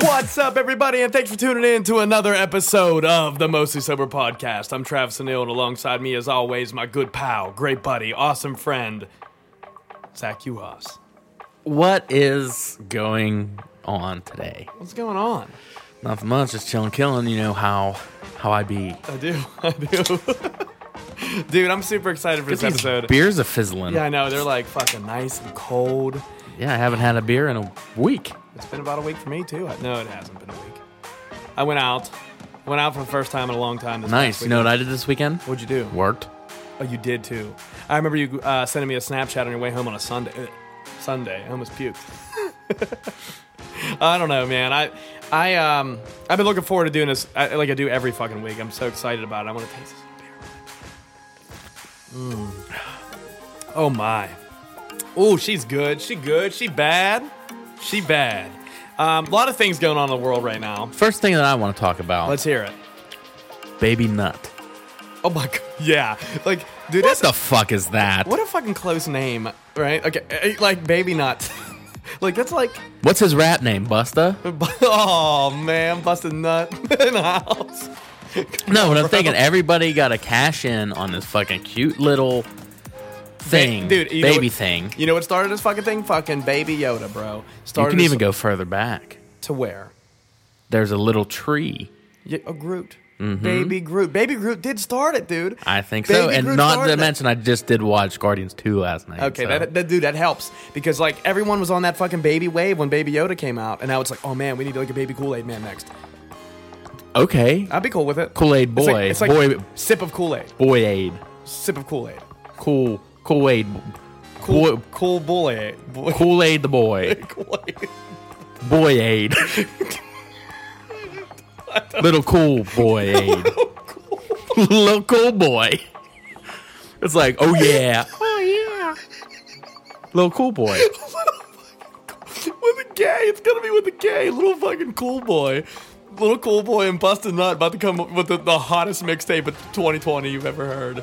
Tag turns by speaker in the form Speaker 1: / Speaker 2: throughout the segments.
Speaker 1: What's up, everybody, and thanks for tuning in to another episode of the Mostly Sober Podcast. I'm Travis Anil, and alongside me, as always, my good pal, great buddy, awesome friend, Zach Uhas.
Speaker 2: What is going on today?
Speaker 1: What's going on?
Speaker 2: Nothing much, just chilling, killing. You know how how I be.
Speaker 1: I do, I do. Dude, I'm super excited for this
Speaker 2: These
Speaker 1: episode.
Speaker 2: beers are fizzling.
Speaker 1: yeah,
Speaker 2: Yeah.
Speaker 1: I know. They're like fucking nice and cold.
Speaker 2: I haven't had a beer in a week.
Speaker 1: It's been about a week for me, too. I- No, it hasn't been a week. I went out. Went out for the first time in a long time. This
Speaker 2: Nice.
Speaker 1: past
Speaker 2: You know what
Speaker 1: weekend.
Speaker 2: I did this weekend?
Speaker 1: What'd you do?
Speaker 2: Worked.
Speaker 1: Oh, you did too. I remember you uh, sending me a Snapchat on your way home on a Sunday. Ugh, Sunday, I almost puked. I don't know, man. I, I, um, I've been looking forward to doing this I, like I do every fucking week. I'm so excited about it. I want to taste this beer. Mm. Oh my. Oh, she's good. She good. She bad. She bad. Um, a lot of things going on in the world right now.
Speaker 2: First thing that I want to talk about,
Speaker 1: Let's hear it.
Speaker 2: baby nut.
Speaker 1: Oh my god. Yeah. Like, dude,
Speaker 2: What
Speaker 1: that's
Speaker 2: the fuck is that?
Speaker 1: What a fucking close name, right? Okay, eh, like baby nut. like that's like,
Speaker 2: What's his rap name? Busta?
Speaker 1: oh man, busted nut in the house.
Speaker 2: No, but I'm thinking everybody got to cash in on this fucking cute little thing,
Speaker 1: dude, you know
Speaker 2: baby
Speaker 1: what-
Speaker 2: thing. You
Speaker 1: You know what started this fucking thing? Fucking baby Yoda, bro. Started
Speaker 2: can
Speaker 1: this
Speaker 2: even go further back.
Speaker 1: to where?
Speaker 2: There's a little tree.
Speaker 1: Yeah, a Groot. Baby Groot. Baby Groot did start it, dude.
Speaker 2: Mm-hmm. I think so.
Speaker 1: Baby
Speaker 2: And
Speaker 1: Groot
Speaker 2: not
Speaker 1: started
Speaker 2: to
Speaker 1: it.
Speaker 2: mention, I just did watch Guardians 2 last night.
Speaker 1: Okay,
Speaker 2: so.
Speaker 1: that, that dude, that helps because like everyone was on that fucking baby wave when Baby Yoda came out, and now it's like, oh man, we need like a baby Kool Aid man next.
Speaker 2: okay.
Speaker 1: I'd be cool with it.
Speaker 2: Kool-Aid
Speaker 1: It's like-
Speaker 2: boy.
Speaker 1: It's like,
Speaker 2: Boy-
Speaker 1: sip of Kool Aid.
Speaker 2: Boy aid.
Speaker 1: Sip of Kool Aid.
Speaker 2: Cool. Kool Aid.
Speaker 1: Cool,
Speaker 2: Boy-
Speaker 1: cool bullet. Boy,
Speaker 2: Kool Aid the boy. Boy aid. Little cool boy aid. Little cool boy. It's like, oh yeah. Oh yeah. Little cool boy.
Speaker 1: with a gay. It's gonna be with a gay. Little fucking cool boy. Little cool boy and Busted Nut about to come up with the, the hottest mixtape of 2020 you've ever heard.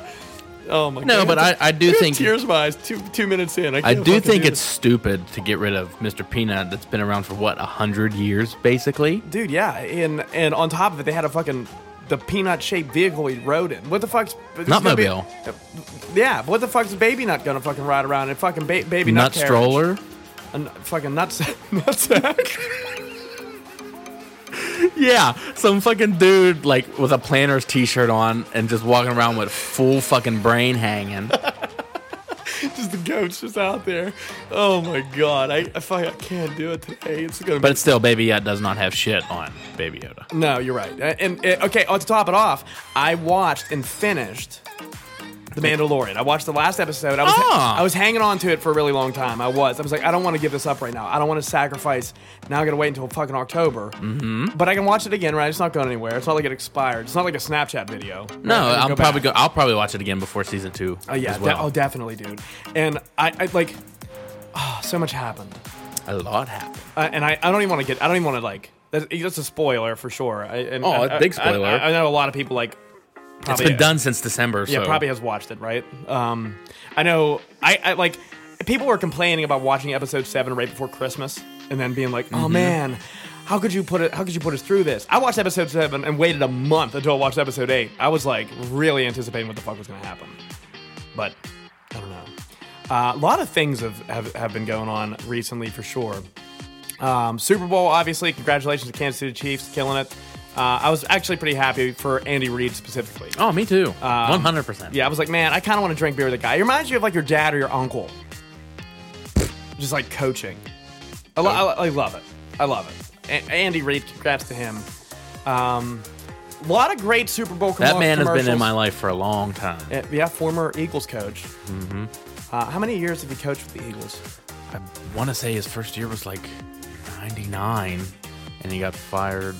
Speaker 1: Oh my god.
Speaker 2: No, but I, I do
Speaker 1: I have
Speaker 2: think
Speaker 1: tears in my eyes. Two two minutes in. I,
Speaker 2: I
Speaker 1: can't
Speaker 2: do
Speaker 1: fucking
Speaker 2: think
Speaker 1: do
Speaker 2: it's stupid to get rid of Mr. Peanut that's been around for what, a hundred years basically?
Speaker 1: this. dude. Yeah, and and on top of it, they had a fucking the peanut shaped vehicle he rode in. What the fuck's it's gonna be- Uh,
Speaker 2: Nutmobile.
Speaker 1: Yeah, what the fuck's baby nut gonna fucking ride around in? Fucking ba- baby nut
Speaker 2: Nut
Speaker 1: carriage.
Speaker 2: stroller.
Speaker 1: A n- fucking nut nutsack.
Speaker 2: Yeah, some fucking dude like with a planner's t-shirt on and just walking around with full fucking brain hanging.
Speaker 1: just the goats just out there. Oh my god, I I, fuck, I can't do it today. It's gonna.
Speaker 2: But still, Baby Yoda does not have shit on Baby Yoda.
Speaker 1: be- no, you're right. And, and okay, oh, to top it off, I watched and finished. The Mandalorian. I watched the last episode. I was
Speaker 2: Ah.
Speaker 1: I was hanging on to it for a really long time. I was. I was like, I don't want to give this up right now. I don't want to sacrifice. Now I got to wait until fucking October. Mm-hmm. But I can watch it again, right? It's not going anywhere. It's not like it expired. It's not like a Snapchat video.
Speaker 2: No,
Speaker 1: Right? I can
Speaker 2: I'm
Speaker 1: go back.
Speaker 2: probably go, I'll probably watch it again before season two.
Speaker 1: Oh yeah,
Speaker 2: as
Speaker 1: de-
Speaker 2: well.
Speaker 1: oh definitely, dude. And I, I like, ah, so much happened.
Speaker 2: a lot happened.
Speaker 1: Uh, and I, I don't even want to get I don't even want to like that's, that's a spoiler for sure. I, and,
Speaker 2: Oh,
Speaker 1: and-
Speaker 2: a big
Speaker 1: I-
Speaker 2: spoiler.
Speaker 1: I, I know a lot of people like
Speaker 2: It's
Speaker 1: probably-
Speaker 2: been done since December.
Speaker 1: Yeah,
Speaker 2: so.
Speaker 1: probably has watched it, right? Um, I know I, I like people were complaining about watching episode seven right before Christmas and then being like, oh man. How could you put it? How could you put us through this? I watched episode seven and waited a month until I watched episode eight. I was like really anticipating what the fuck was going to happen, but I don't know. Uh, a lot of things have, have, have been going on recently for sure. Um, Super Bowl, obviously, congratulations to Kansas City Chiefs, killing it. Uh, I was actually pretty happy for Andy Reid specifically.
Speaker 2: Oh, me too. One hundred percent.
Speaker 1: Um, Yeah, I was like, man, I kind of want to drink beer with a guy. He reminds you of like your dad or your uncle. Just like coaching. I, lo- I, I love it. I love it. A- Andy Reid, congrats to him. Um, a lot of great Super Bowl
Speaker 2: That
Speaker 1: commo-
Speaker 2: man has been in
Speaker 1: commercials.
Speaker 2: my life for a long time.
Speaker 1: Uh, Yeah, former Eagles coach. Mm-hmm. Uh, how many years have you coached with the Eagles?
Speaker 2: I want to say his first year was like ninety nine, and he got fired.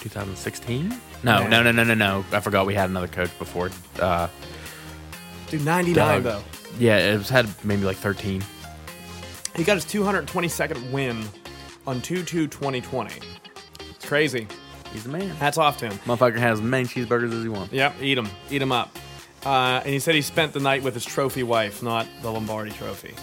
Speaker 2: 2016? No, no, no, no, no, no. I forgot we had another coach before. Uh,
Speaker 1: Dude, 99
Speaker 2: Doug.
Speaker 1: though.
Speaker 2: yeah, it was had maybe like 13.
Speaker 1: He got his 222nd win on 2 2 2020. It's crazy.
Speaker 2: He's the man.
Speaker 1: Hats off to him.
Speaker 2: Motherfucker has as many cheeseburgers as he wants.
Speaker 1: Yep, eat him. Eat him up. Uh, and he said he spent the night with his trophy wife, not the Lombardi trophy.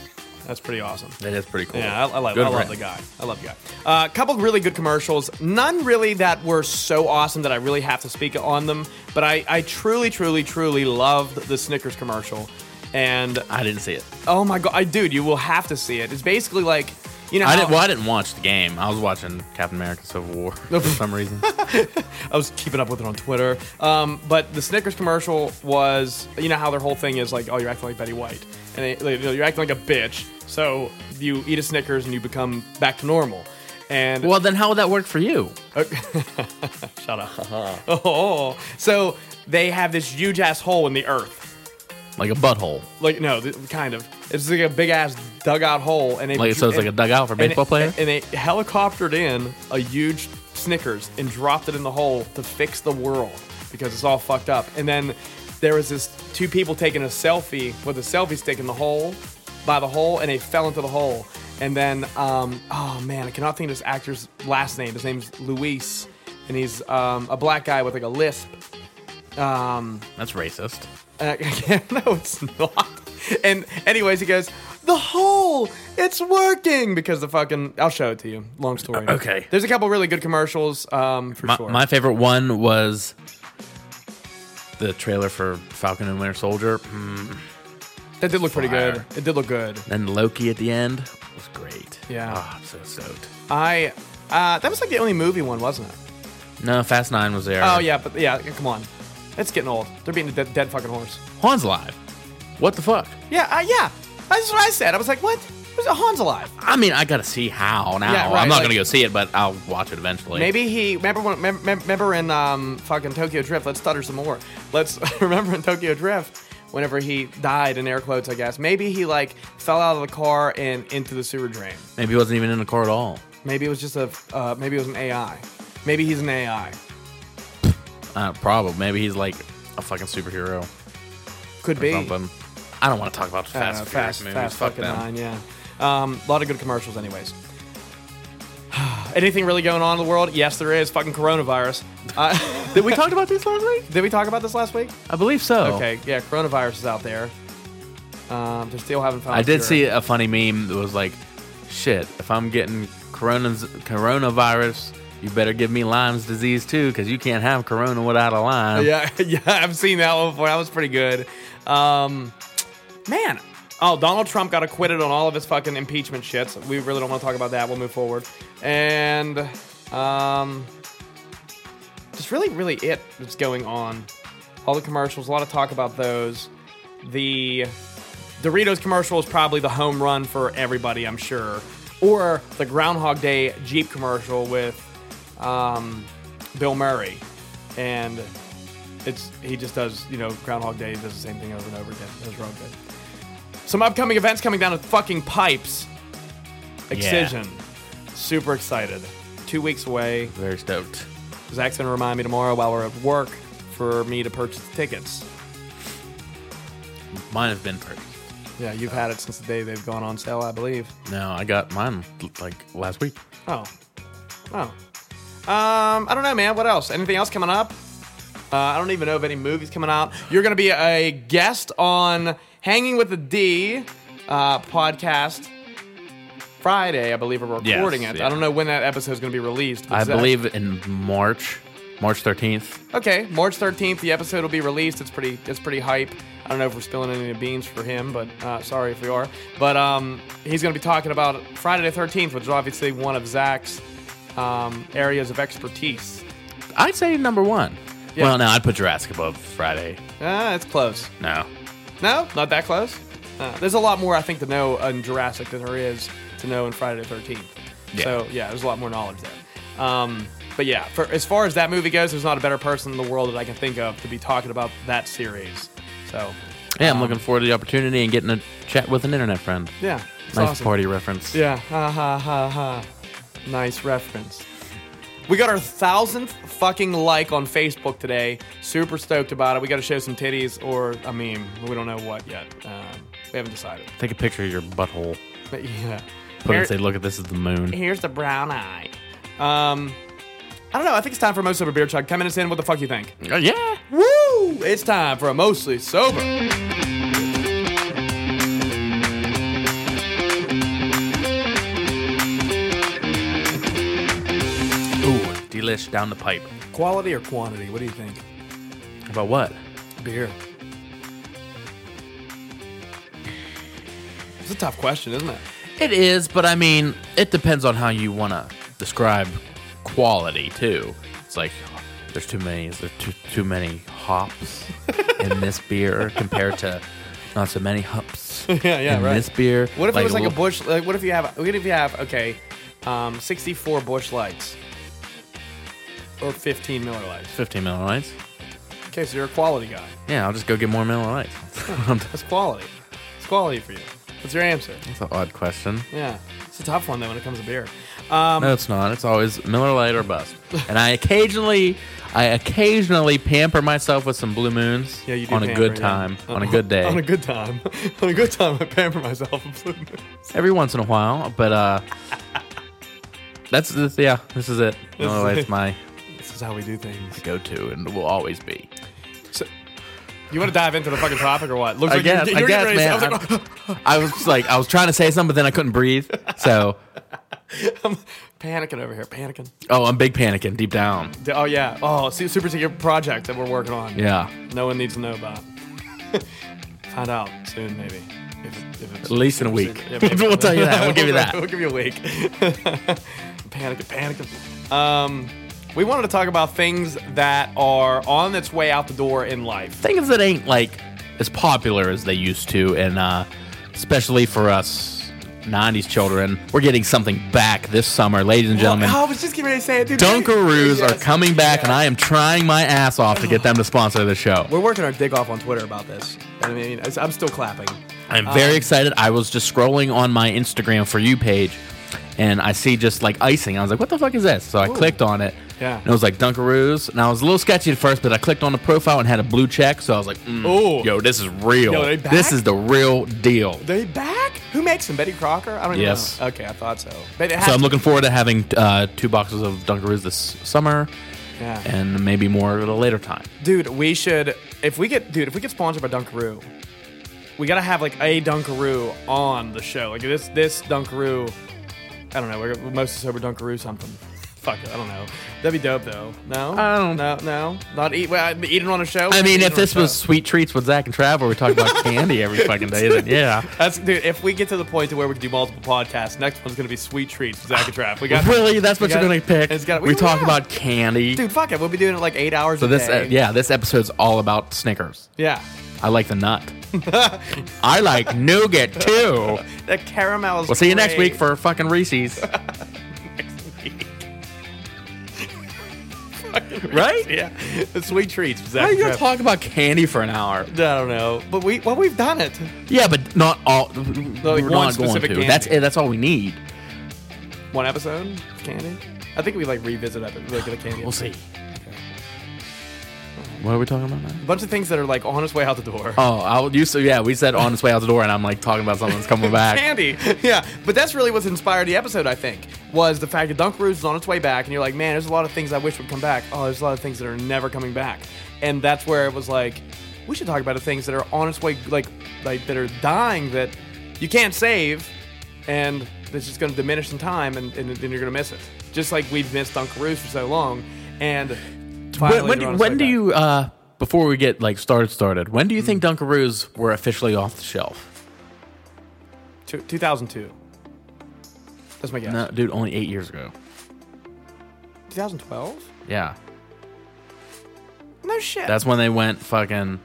Speaker 1: That's pretty awesome.
Speaker 2: That is pretty cool.
Speaker 1: Yeah, I, I, love,
Speaker 2: Good
Speaker 1: I
Speaker 2: for
Speaker 1: love
Speaker 2: him.
Speaker 1: the guy. I love the guy. A uh, couple really good commercials. None really that were so awesome that I really have to speak on them. But I, I truly, truly, truly loved the Snickers commercial. And
Speaker 2: I didn't see it.
Speaker 1: oh my god, I, dude, you will have to see it. It's basically like, you know,
Speaker 2: I
Speaker 1: how-
Speaker 2: didn't. Well, I didn't watch the game. I was watching Captain America: Civil War for some reason.
Speaker 1: I was keeping up with it on Twitter. Um, but the Snickers commercial was, you know, how their whole thing is like, oh, you're acting like Betty White, and they, they- you know, you're acting like a bitch. So you eat a Snickers and you become back to normal. And
Speaker 2: well, then how would that work for you?
Speaker 1: shut up.
Speaker 2: Uh-huh.
Speaker 1: Oh, so they have this huge ass hole in the earth.
Speaker 2: Like a butthole.
Speaker 1: Like no, th- kind of. It's like a big ass dugout hole, and they
Speaker 2: Like so, it's like a dugout for
Speaker 1: and-
Speaker 2: baseball players.
Speaker 1: And they helicoptered in a huge Snickers and dropped it in the hole to fix the world because it's all fucked up. And then there was this two people taking a selfie with a selfie stick in the hole by the hole, and they fell into the hole. And then, um, oh man, I cannot think of this actor's last name. His name's Luis, and he's um, a black guy with like a lisp.
Speaker 2: That's racist.
Speaker 1: Uh, no, it's not. And anyways, he goes, the hole, it's working because the fucking. I'll show it to you. Long story.
Speaker 2: Uh, Okay.
Speaker 1: There's a couple really good commercials. Um, for
Speaker 2: My,
Speaker 1: sure.
Speaker 2: my favorite one was the trailer for Falcon and Winter Soldier. Mm,
Speaker 1: that did look pretty
Speaker 2: Fire.
Speaker 1: good. It did look good.
Speaker 2: Then Loki at the end was great.
Speaker 1: Yeah.
Speaker 2: Ah, I'm so stoked.
Speaker 1: I. Uh, that was like the only movie one, wasn't it?
Speaker 2: No, Fast Nine was there.
Speaker 1: Oh yeah, but yeah, come on, it's getting old. They're beating a dead, dead fucking horse.
Speaker 2: Han's alive. What the fuck?
Speaker 1: Yeah, uh, yeah. That's what I said. I was like, what? There's a Hans alive.
Speaker 2: I mean, I gotta see how now.
Speaker 1: Yeah, right,
Speaker 2: I'm not
Speaker 1: like-
Speaker 2: gonna go see it, but I'll watch it eventually.
Speaker 1: Maybe he remember when mem- mem- remember in um, fucking Tokyo Drift. Let's stutter some more. Let's remember in Tokyo Drift, whenever he died in air quotes, I guess. Maybe he like fell out of the car and into the sewer drain.
Speaker 2: maybe he wasn't even in the car at all.
Speaker 1: Maybe it was just a uh, maybe it was an AI. Maybe he's an AI.
Speaker 2: Uh, probably. Maybe he's like a fucking superhero
Speaker 1: Could
Speaker 2: or
Speaker 1: be.
Speaker 2: something. I don't want to talk about
Speaker 1: I don't
Speaker 2: Fast
Speaker 1: know, Uh,
Speaker 2: and Furious
Speaker 1: fast,
Speaker 2: movies.
Speaker 1: fast
Speaker 2: Fuck
Speaker 1: fucking
Speaker 2: them.
Speaker 1: nine. Yeah. Um, a lot of good commercials, anyways. Anything really going on in the world? Yes, there is. Fucking coronavirus. Uh,
Speaker 2: Did we talk about this last week?
Speaker 1: did we talk about this last week?
Speaker 2: I believe so.
Speaker 1: Okay, yeah, coronavirus is out there. Um, they still haven't found.
Speaker 2: I
Speaker 1: a
Speaker 2: did
Speaker 1: cure.
Speaker 2: see a funny meme that was like, "Shit, if I'm getting corona's coronavirus, you better give me Lyme's disease too, because you can't have corona without a Lyme."
Speaker 1: Yeah, yeah, I've seen that one before. That was pretty good. Um, man, oh, Donald Trump got acquitted on all of his fucking impeachment shits. We really don't want to talk about that. We'll move forward, and um, just really, really it that's going on. All the commercials, a lot of talk about those. The Doritos commercial is probably the home run for everybody, I'm sure. Or the Groundhog Day Jeep commercial with um, Bill Murray, and it's he just does you know Groundhog Day does the same thing over and over again. That's real good. Some upcoming events coming down to fucking pipes. Excision, super excited. Two weeks away.
Speaker 2: Very stoked.
Speaker 1: Zach's gonna remind me tomorrow while we're at work for me to purchase the tickets.
Speaker 2: Mine have been purchased.
Speaker 1: Yeah, you've had it since the day they've gone on sale, I believe.
Speaker 2: No, I got mine like last week.
Speaker 1: Oh, oh. Um, I don't know, man. What else? Anything else coming up? Uh, I don't even know of any movies coming out. You're gonna be a guest on Hanging with the D uh, podcast Friday, I believe. We're
Speaker 2: Yes,
Speaker 1: recording it.
Speaker 2: yeah.
Speaker 1: I don't know when that episode is gonna be released. but
Speaker 2: I
Speaker 1: is that-
Speaker 2: believe in March, March 13th.
Speaker 1: Okay, March 13th, the episode will be released. It's pretty, it's pretty hype. I don't know if we're spilling any of the beans for him, but uh, sorry if we are. But um, he's going to be talking about Friday the 13th, which is obviously one of Zach's um, areas of expertise.
Speaker 2: I'd say number one.
Speaker 1: Yeah.
Speaker 2: Well, no, I'd put Jurassic above Friday.
Speaker 1: Ah, it's close.
Speaker 2: No,
Speaker 1: No, not that close. Uh, there's a lot more I think to know in Jurassic than there is to know in Friday the Thirteenth.
Speaker 2: Yeah.
Speaker 1: So yeah, there's a lot more knowledge there. Um, but yeah, for, as far as that movie goes, there's not a better person in the world that I can think of to be talking about that series. So
Speaker 2: yeah,
Speaker 1: Um,
Speaker 2: I'm looking forward to the opportunity and getting a chat with an internet friend.
Speaker 1: yeah, it's
Speaker 2: nice
Speaker 1: awesome.
Speaker 2: party reference.
Speaker 1: Yeah, ha ha ha ha. Nice reference. We got our thousandth fucking like on Facebook today. Super stoked about it. We got to show some titties, or I mean, we don't know what yet. Um, we haven't decided.
Speaker 2: Take a picture of your butthole.
Speaker 1: But yeah,
Speaker 2: Put it
Speaker 1: Here-
Speaker 2: and say, look at this is the moon.
Speaker 1: here's the brown eye. Um, I don't know. I think it's time for most sober beer chug. Ten minutes in. What the fuck you think?
Speaker 2: Oh, yeah.
Speaker 1: Woo! It's time for a mostly sober.
Speaker 2: Ooh, delish down the pipe.
Speaker 1: Quality or quantity? What do you think?
Speaker 2: About what?
Speaker 1: Beer. It's a tough question, isn't it?
Speaker 2: It is, but I mean, it depends on how you want to describe quality too. It's like there's too many, there's too too many hops in this beer compared to not so many hops
Speaker 1: Yeah, yeah,
Speaker 2: in
Speaker 1: right.
Speaker 2: this beer.
Speaker 1: What if it was like a
Speaker 2: little-
Speaker 1: bush? Like, what if you have? What if you have? Okay, um, sixty-four bush lights, or fifteen Miller lights.
Speaker 2: 15 Miller Lights?
Speaker 1: Okay, so you're a quality guy.
Speaker 2: Yeah, I'll just go get more Miller Lights. That's
Speaker 1: That's quality. It's quality for you. That's your answer.
Speaker 2: an odd question.
Speaker 1: Yeah, it's a tough one though when it comes to beer.
Speaker 2: No, it's not. It's always Miller Lite or bust. And I occasionally, I occasionally pamper myself with some Blue Moons.
Speaker 1: Yeah, you do
Speaker 2: on a
Speaker 1: pamper,
Speaker 2: good
Speaker 1: yeah. Uh-huh.
Speaker 2: time, on a good day,
Speaker 1: on a good time. on a good time, I pamper myself. in Blue Moon.
Speaker 2: every once in a while. But uh, that's this. Yeah, this is it. Miller
Speaker 1: is
Speaker 2: Lite's
Speaker 1: it.
Speaker 2: my
Speaker 1: this is how we do things.
Speaker 2: go-to, and will always be.
Speaker 1: You want to dive into the fucking topic or what? Looks
Speaker 2: I
Speaker 1: like you-
Speaker 2: guess.
Speaker 1: you,
Speaker 2: I
Speaker 1: were
Speaker 2: guess,
Speaker 1: getting ready to say-
Speaker 2: man.
Speaker 1: I was like,
Speaker 2: I'm- I was like, I was trying to say something, but then I couldn't breathe. So,
Speaker 1: panicking over here, panicking.
Speaker 2: oh, I'm big panicking deep down.
Speaker 1: D- Oh yeah. Oh, su- super secret project that we're working on.
Speaker 2: Yeah,
Speaker 1: No one needs to know about. Find out soon, maybe. If, if it's,
Speaker 2: at least in a week.
Speaker 1: Yeah, maybe.
Speaker 2: we'll tell you that. We'll give you that.
Speaker 1: we'll give you a week. panic, panic. Um, we wanted to talk about things that are on its way out the door in life.
Speaker 2: things that ain't like as popular as they used to and uh, especially for us 90s children we're getting something back this summer ladies and gentlemen
Speaker 1: Oh, I was just getting ready to say it, dude.
Speaker 2: dunkaroos are
Speaker 1: Yes.
Speaker 2: coming back and i am trying my ass off to get them to sponsor the show
Speaker 1: We're working our dick off on Twitter about this. I mean, it's- I'm still clapping.
Speaker 2: i'm
Speaker 1: um,
Speaker 2: very excited i was just scrolling on my instagram for you page and i see just like icing i was like what the fuck is this so i clicked on it
Speaker 1: Yeah.
Speaker 2: and it was like Dunkaroos, and I was a little sketchy at first, but I clicked on the profile and had a blue check, so I was like, mm,
Speaker 1: Ooh.
Speaker 2: "Yo, this is real.
Speaker 1: Yo, they back?
Speaker 2: this is the real deal."
Speaker 1: They back? Who makes them? Betty Crocker? I don't even
Speaker 2: Yes.
Speaker 1: know. Okay, I thought so. But it has
Speaker 2: So I'm looking forward to having uh, two boxes of Dunkaroos this summer,
Speaker 1: Yeah.
Speaker 2: and maybe more at a later time.
Speaker 1: Dude, we should. If we get, dude, if we get sponsored by Dunkaroo, we gotta have like a Dunkaroo on the show. Like this, this Dunkaroo. I don't know. We're mostly sober Dunkaroo something. Fuck it. I don't know. That'd be dope though. No.
Speaker 2: I don't-
Speaker 1: No. No. Not eat. Well, I'd be eating on a show.
Speaker 2: Um, I mean,
Speaker 1: Eating
Speaker 2: if
Speaker 1: on a
Speaker 2: this was
Speaker 1: show.
Speaker 2: sweet treats with Zach and Trav, where we talk about candy every fucking day, then yeah,
Speaker 1: That's dude. If we get to the point to where we can do multiple podcasts, next one's gonna be sweet treats, with Zach and Trap. We got
Speaker 2: really, that's what
Speaker 1: we
Speaker 2: you're
Speaker 1: got-
Speaker 2: gonna pick.
Speaker 1: it's got-
Speaker 2: we
Speaker 1: we
Speaker 2: talk
Speaker 1: will.
Speaker 2: about candy.
Speaker 1: Dude, fuck it. We'll be doing it like eight hours
Speaker 2: so
Speaker 1: a
Speaker 2: this,
Speaker 1: day.
Speaker 2: uh, yeah, this episode's all about Snickers.
Speaker 1: Yeah.
Speaker 2: I like the nut. I like nougat too.
Speaker 1: The caramel is
Speaker 2: We'll see you next
Speaker 1: great.
Speaker 2: week for fucking Reese's. right?
Speaker 1: yeah, the sweet treats. with Zach
Speaker 2: How are
Speaker 1: and
Speaker 2: you gonna
Speaker 1: Trav.
Speaker 2: talk about candy for an hour?
Speaker 1: I don't know, but we well we've done it.
Speaker 2: Yeah, but not all.
Speaker 1: like
Speaker 2: we're
Speaker 1: one
Speaker 2: not going to.
Speaker 1: specific candy.
Speaker 2: That's it. That's all we need.
Speaker 1: One episode, of candy. I think we like revisit it, like the candy.
Speaker 2: We'll see. What are we talking about now?
Speaker 1: A bunch of things that are like on its way out the door.
Speaker 2: Oh, I'll, you so yeah, we said on its way out the door, and I'm like talking about something that's coming back.
Speaker 1: Candy, yeah, but that's really what's inspired the episode. I think was the fact that Dunkaroos is on its way back, and you're like, man, there's a lot of things I wish would come back. Oh, there's a lot of things that are never coming back, and that's where it was like, we should talk about the things that are on its way, like like that are dying that you can't save, and it's just going to diminish in time, and, and then you're going to miss it. Just like we've missed Dunkaroos for so long, and finally
Speaker 2: When, when,
Speaker 1: they're
Speaker 2: do-
Speaker 1: on its way
Speaker 2: when do
Speaker 1: back.
Speaker 2: you? Uh, before we get like started, started. When do you think Dunkaroos were officially off the shelf?
Speaker 1: Two- 2002. That's my guess.
Speaker 2: No, dude, only eight years ago.
Speaker 1: 2012?
Speaker 2: Yeah,
Speaker 1: No shit.
Speaker 2: that's when they went fucking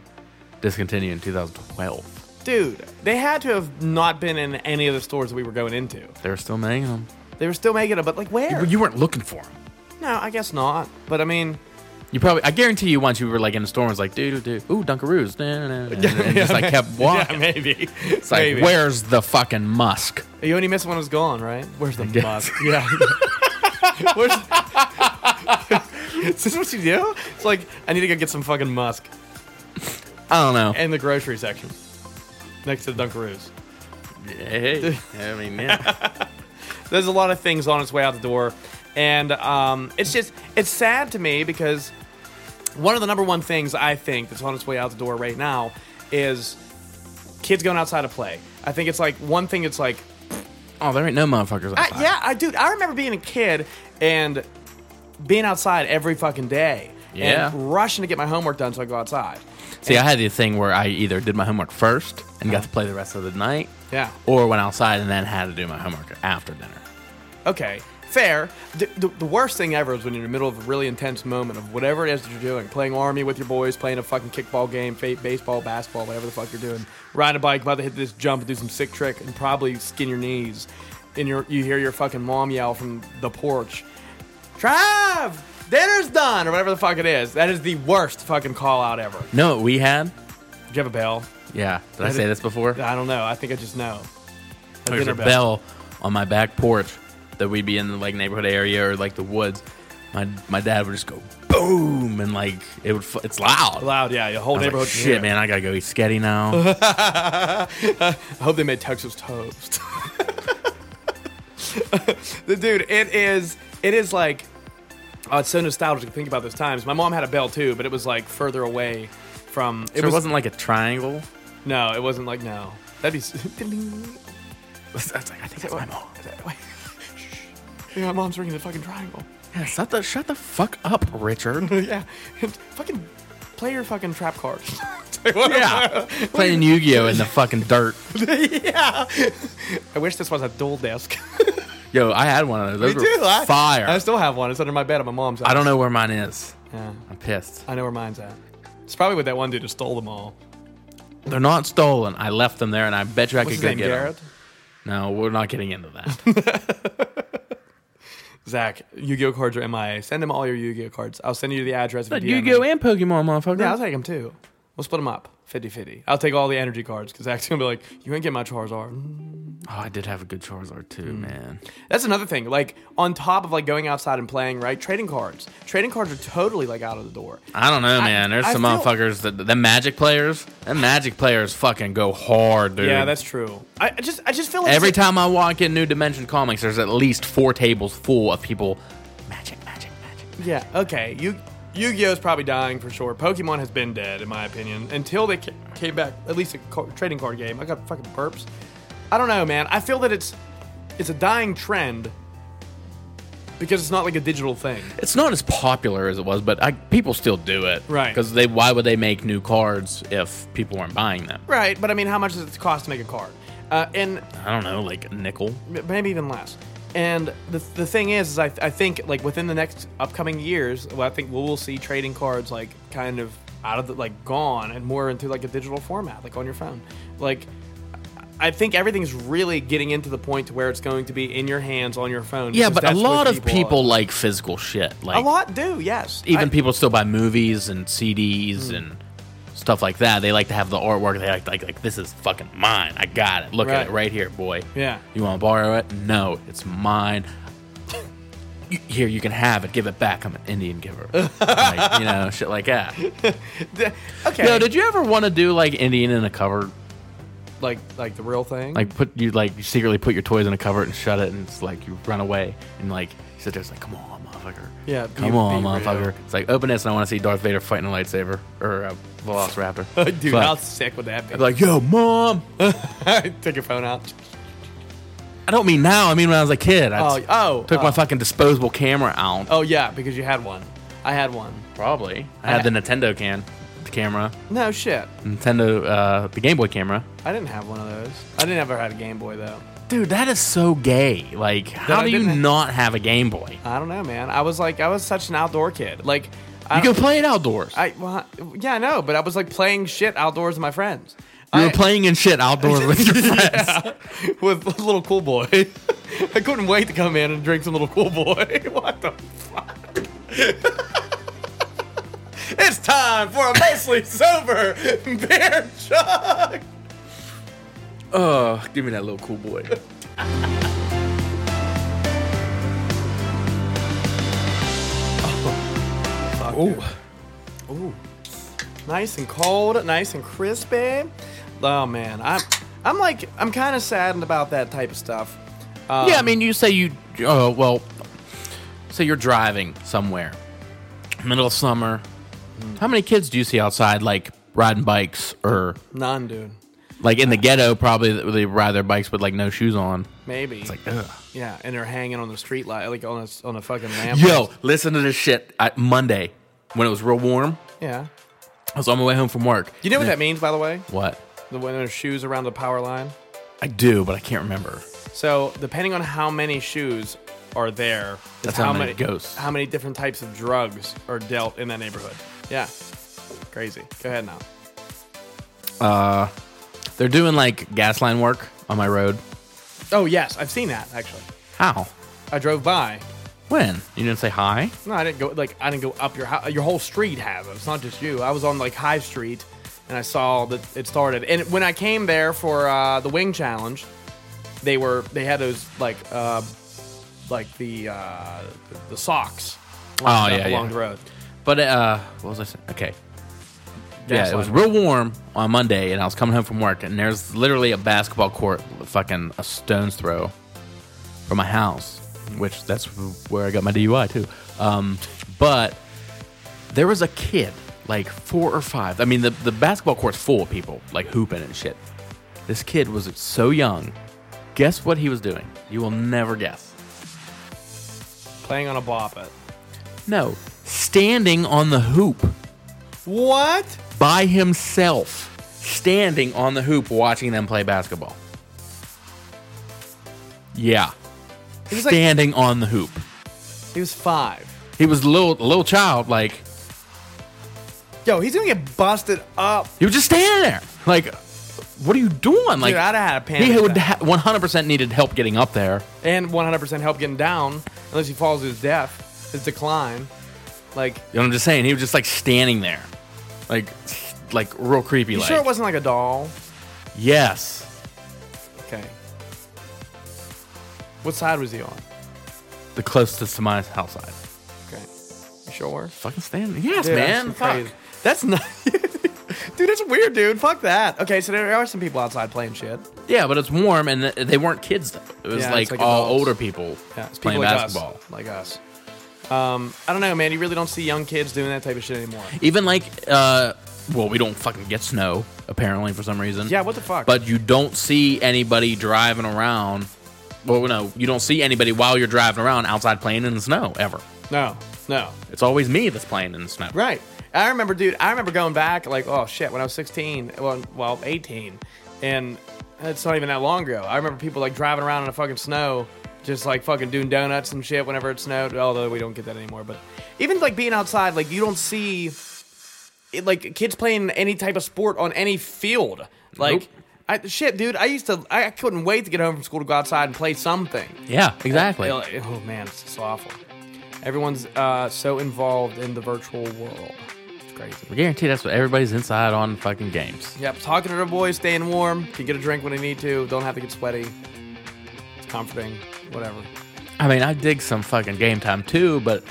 Speaker 2: discontinued in 2012.
Speaker 1: Dude, they had to have not been in any of the stores that we were going into.
Speaker 2: They were still making them.
Speaker 1: They were still making it, but like where?
Speaker 2: You weren't looking for them.
Speaker 1: no, I guess not. But I mean,
Speaker 2: You probably, I guarantee you, once you were like in the store, and was like, dude, dude, ooh, Dunkaroos, nah, nah, nah, nah, and just like kept walking.
Speaker 1: yeah, maybe.
Speaker 2: It's like, where's the fucking musk?
Speaker 1: You only missed when it was gone, right? Where's the musk? Yeah. Where's- Is this what you do? It's like I need to go get some fucking musk
Speaker 2: I don't know.
Speaker 1: in the grocery section next to the Dunkaroos.
Speaker 2: Hey, I mean, yeah.
Speaker 1: There's a lot of things on its way out the door, and um, it's just it's sad to me because one of the number one things I think that's on its way out the door right now is kids going outside to play. I think it's like one thing. It's like
Speaker 2: Oh, there ain't no motherfuckers.
Speaker 1: I,
Speaker 2: outside.
Speaker 1: yeah, I dude, I remember being a kid and being outside every fucking day.
Speaker 2: Yeah.
Speaker 1: And rushing to get my homework done so I go outside.
Speaker 2: See, I had the thing where I either did my homework first and got to play the rest of the night,
Speaker 1: Yeah.
Speaker 2: or went outside and then had to do my homework after dinner.
Speaker 1: Okay. Fair. The, the, the worst thing ever is when you're in the middle of a really intense moment of whatever it is that you're doing playing Army with your boys, playing a fucking kickball game, fa- baseball, basketball, whatever the fuck you're doing. Riding a bike, about to hit this jump and do some sick trick and probably skin your knees. And you're, you hear your fucking mom yell from the porch, Trav! Dinner's done! Or whatever the fuck it is. That is the worst fucking call out ever.
Speaker 2: No, what we had.
Speaker 1: Do you have a bell?
Speaker 2: Yeah, did I say this before?
Speaker 1: I don't know. I think I just know. A
Speaker 2: There's
Speaker 1: dinner
Speaker 2: a bell on my back porch that we'd be in the like neighborhood area or like the woods. My my dad would just go boom and like it would. F- it's loud.
Speaker 1: Loud, yeah. Your whole
Speaker 2: I was like,
Speaker 1: neighborhood. can hear
Speaker 2: Shit,
Speaker 1: it."
Speaker 2: man, I gotta go eat sketty now.
Speaker 1: I hope they made Texas toast. The Dude, it is it is like oh, it's so nostalgic to think about those times. My mom had a bell too, but it was like further away from it
Speaker 2: it was, not like a triangle.
Speaker 1: no, it wasn't like no. That'd be s- ding.
Speaker 2: That's like, I think that's my mom.
Speaker 1: Wait. Shh. Yeah, my mom's ringing the fucking triangle.
Speaker 2: Yeah, shut the shut the fuck up, Richard.
Speaker 1: yeah. fucking play your fucking trap card.
Speaker 2: yeah, playing Yu-Gi-Oh in the fucking dirt.
Speaker 1: yeah. I wish this was a dual disc.
Speaker 2: Yo, I had one of those. Those were
Speaker 1: I,
Speaker 2: fire.
Speaker 1: I still have one. It's under my bed at my mom's house.
Speaker 2: I don't know where mine is.
Speaker 1: Yeah.
Speaker 2: I'm pissed.
Speaker 1: I know where mine's at. It's probably with that one dude who stole them all.
Speaker 2: They're not stolen. I left them there, and I bet you I
Speaker 1: What's his
Speaker 2: could go
Speaker 1: name?
Speaker 2: get 'em.
Speaker 1: Garrett?
Speaker 2: No, we're not getting into that.
Speaker 1: Zach, Yu-Gi-Oh cards are MIA. Send him all your Yu-Gi-Oh cards. I'll send you the address. if you DM me.
Speaker 2: and Pokemon, motherfucker.
Speaker 1: Yeah, I'll take them too. We'll split them up 50-50. I'll take all the energy cards because Zach's gonna be like, you ain't getting my Charizard.
Speaker 2: Oh, I did have a good Charizard too,
Speaker 1: Hmm.
Speaker 2: man.
Speaker 1: That's another thing. Like on top of like going outside and playing, right? Trading cards. Trading cards are totally like out of the door.
Speaker 2: I don't know, man. There's
Speaker 1: I
Speaker 2: some
Speaker 1: feel-
Speaker 2: motherfuckers that the Magic players, them Magic players fucking go hard, dude.
Speaker 1: Yeah, that's true. I, I just I just feel like
Speaker 2: every
Speaker 1: it's like-
Speaker 2: time I walk in New Dimension Comics, there's at least four tables full of people. Magic, magic, magic.
Speaker 1: Yeah. Okay. You. Yu-Gi-Oh's probably dying for sure. Pokemon has been dead, in my opinion, until they ca- came back. At least a ca- trading card game. I got fucking burps. I don't know, man. I feel that it's it's a dying trend because it's not like a digital thing.
Speaker 2: It's not as popular as it was, but I, people still do it,
Speaker 1: Right.
Speaker 2: Because they, why would they make new cards if people weren't buying them?
Speaker 1: Right. But I mean, how much does it cost to make a card? Uh, and
Speaker 2: I don't know, like a nickel.
Speaker 1: m- maybe even less. And the, the thing is, is I, I think like within the next upcoming years, well, I think we will see trading cards like kind of out of the like gone and more into like a digital format, like on your phone. Like I think everything's really getting into the point to where it's going to be in your hands on your phone.
Speaker 2: Yeah,
Speaker 1: because
Speaker 2: but a
Speaker 1: that's what
Speaker 2: lot of people like physical shit. Like
Speaker 1: a lot do yes.
Speaker 2: even
Speaker 1: I- Hmm.
Speaker 2: people still buy movies and CDs and stuff like that. They like to have the artwork. They like like, like this is fucking mine. I got it. Look at it
Speaker 1: Right.
Speaker 2: right here, boy.
Speaker 1: Yeah.
Speaker 2: You want to borrow it? No, it's mine. You- Here, you can have it. Give it back. I'm an Indian giver. like, you know, shit like that.
Speaker 1: okay,
Speaker 2: Yo, did you ever want to do like Indian in a cupboard?
Speaker 1: like like the real thing.
Speaker 2: Like put you like you secretly put your toys in a cupboard and shut it, and it's like you run away and like you sit there, it's like come on, motherfucker.
Speaker 1: Yeah,
Speaker 2: come
Speaker 1: be-
Speaker 2: on,
Speaker 1: be
Speaker 2: motherfucker.
Speaker 1: real.
Speaker 2: It's like open this, and I want to see Darth Vader fighting a lightsaber or a Velociraptor.
Speaker 1: dude,
Speaker 2: Fuck.
Speaker 1: how sick would that be?
Speaker 2: I'd be like, yo, mom.
Speaker 1: Take your phone out.
Speaker 2: I don't mean now. I mean when I was a kid. I
Speaker 1: Oh,
Speaker 2: t-
Speaker 1: oh,
Speaker 2: took
Speaker 1: oh.
Speaker 2: my fucking disposable camera out.
Speaker 1: Oh yeah, because you had one. I had one.
Speaker 2: probably. I had the Nintendo can, the camera,
Speaker 1: No shit.
Speaker 2: Nintendo, uh, the Game Boy camera.
Speaker 1: I didn't have one of those. I didn't ever had a Game Boy though.
Speaker 2: Dude, that is so gay. Like, how
Speaker 1: I
Speaker 2: do you
Speaker 1: didn't-
Speaker 2: not have a Game Boy?
Speaker 1: I don't know, man. I was like, I was such an outdoor kid. Like, I,
Speaker 2: You can play it outdoors.
Speaker 1: I well, yeah, I know, but I was like playing shit outdoors with my friends.
Speaker 2: you were
Speaker 1: I-
Speaker 2: playing in shit outdoors with your friends.
Speaker 1: with little cool boy. I couldn't wait to come in and drink some little cool boy. what the fuck? it's time for a mostly sober beer chug.
Speaker 2: Oh, give me that little cool boy.
Speaker 3: Ooh.
Speaker 1: Nice and cold, nice and crispy. Oh man, I'm I'm like I'm kind of saddened about that type of stuff.
Speaker 2: yeah, I mean, you say you, uh, well, say you're driving somewhere, middle of summer. How many kids do you see outside, like riding bikes or
Speaker 1: None, dude.
Speaker 2: like in the ghetto? Probably that they ride their bikes with like no shoes on.
Speaker 1: Maybe. It's like, Yeah, and they're hanging on the street light, like on a, on a fucking lamp.
Speaker 2: Yo, listen to this shit. I, Monday, when it was real warm,
Speaker 1: Yeah.
Speaker 2: I was on my way home from work.
Speaker 1: You know what that means, by the way?
Speaker 2: What?
Speaker 1: The when there's shoes around the power line.
Speaker 2: I do, but I can't remember.
Speaker 1: So depending on how many shoes are there, is
Speaker 2: That's how many ghosts.
Speaker 1: how many different types of drugs are dealt in that neighborhood. Yeah, crazy. Go ahead now.
Speaker 2: They're doing like gas line work on my road.
Speaker 1: Oh yes, I've seen that actually.
Speaker 2: How?
Speaker 1: I drove by.
Speaker 2: When? You didn't say hi?
Speaker 1: No, I didn't go. Like I didn't go up your house. Your whole street have. It's not just you. I was on like High Street, and I saw that it started. And when I came there for uh, the wing challenge, they were they had those like uh, like the uh, the socks. lined
Speaker 2: Oh,
Speaker 1: up
Speaker 2: yeah,
Speaker 1: along
Speaker 2: yeah.
Speaker 1: the road.
Speaker 2: But uh, what was I saying? Okay.
Speaker 1: Gas
Speaker 2: yeah, it was
Speaker 1: line.
Speaker 2: real warm on Monday, and I was coming home from work, and there's literally a basketball court, fucking a stone's throw from my house, which that's where I got my DUI too. Um, but there was a kid, like four or five. I mean, the, the basketball court's full of people, like hooping and shit. This kid was so young. Guess what he was doing? You will never guess.
Speaker 1: playing on a bop it.
Speaker 2: No, standing on the hoop.
Speaker 1: What?
Speaker 2: by himself standing on the hoop watching them play basketball. Yeah.
Speaker 1: He was like
Speaker 2: Standing on the hoop.
Speaker 1: he was five.
Speaker 2: He was a little a little child, like
Speaker 1: Yo, he's gonna get busted up.
Speaker 2: he was just standing there. Like what are you doing? Like
Speaker 1: Dude, I'd have had a panic
Speaker 2: he would ha-
Speaker 1: attack.
Speaker 2: 100% needed help getting up there.
Speaker 1: And 100% help getting down, unless he falls to his death, his decline. Like,
Speaker 2: You know what I'm just saying? He was just like standing there. Like like real creepy
Speaker 1: you
Speaker 2: like.
Speaker 1: sure it wasn't like a doll?
Speaker 2: yes.
Speaker 1: Okay. What side was he on?
Speaker 2: The closest to my house side.
Speaker 1: Okay. You sure?
Speaker 2: Fucking standing. Yes,
Speaker 1: Dude,
Speaker 2: man.
Speaker 1: that's
Speaker 2: Fuck.
Speaker 1: crazy. That's not. dude, that's weird, dude. Fuck that. Okay, so there are some people outside playing shit.
Speaker 2: Yeah, but it's warm, and th- they weren't kids though. It was
Speaker 1: Yeah,
Speaker 2: like,
Speaker 1: it's like
Speaker 2: all
Speaker 1: adults.
Speaker 2: older people
Speaker 1: Yeah, it's
Speaker 2: playing
Speaker 1: people like
Speaker 2: basketball.
Speaker 1: Us, like us. Um, I don't know, man. You really don't see young kids doing that type of shit anymore.
Speaker 2: Even like, uh, well, we don't fucking get snow apparently for some reason.
Speaker 1: Yeah, what the fuck?
Speaker 2: But you don't see anybody driving around. Well, no, you don't see anybody while you're driving around outside playing in the snow ever.
Speaker 1: no, no.
Speaker 2: It's always me that's playing in the snow.
Speaker 1: Right. I remember, dude. I remember going back, like, oh shit, when I was 16, well, well 18, and it's not even that long ago. I remember people like driving around in the fucking snow, just like fucking doing donuts and shit whenever it snowed. Although we don't get that anymore, but even like being outside, like you don't see, it, like kids playing any type of sport on any field, like.
Speaker 2: Nope.
Speaker 1: I, shit, dude! I used to. I couldn't wait to get home from school to go outside and play something.
Speaker 2: Yeah, exactly.
Speaker 1: Oh, oh, man, it's so awful. Everyone's uh, so involved in the virtual world. It's crazy.
Speaker 2: I guarantee that's what everybody's inside on fucking games.
Speaker 1: Yep, talking to the boys, staying warm, can get a drink when they need to, don't have to get sweaty. It's comforting, whatever.
Speaker 2: I mean, I dig some fucking game time too, but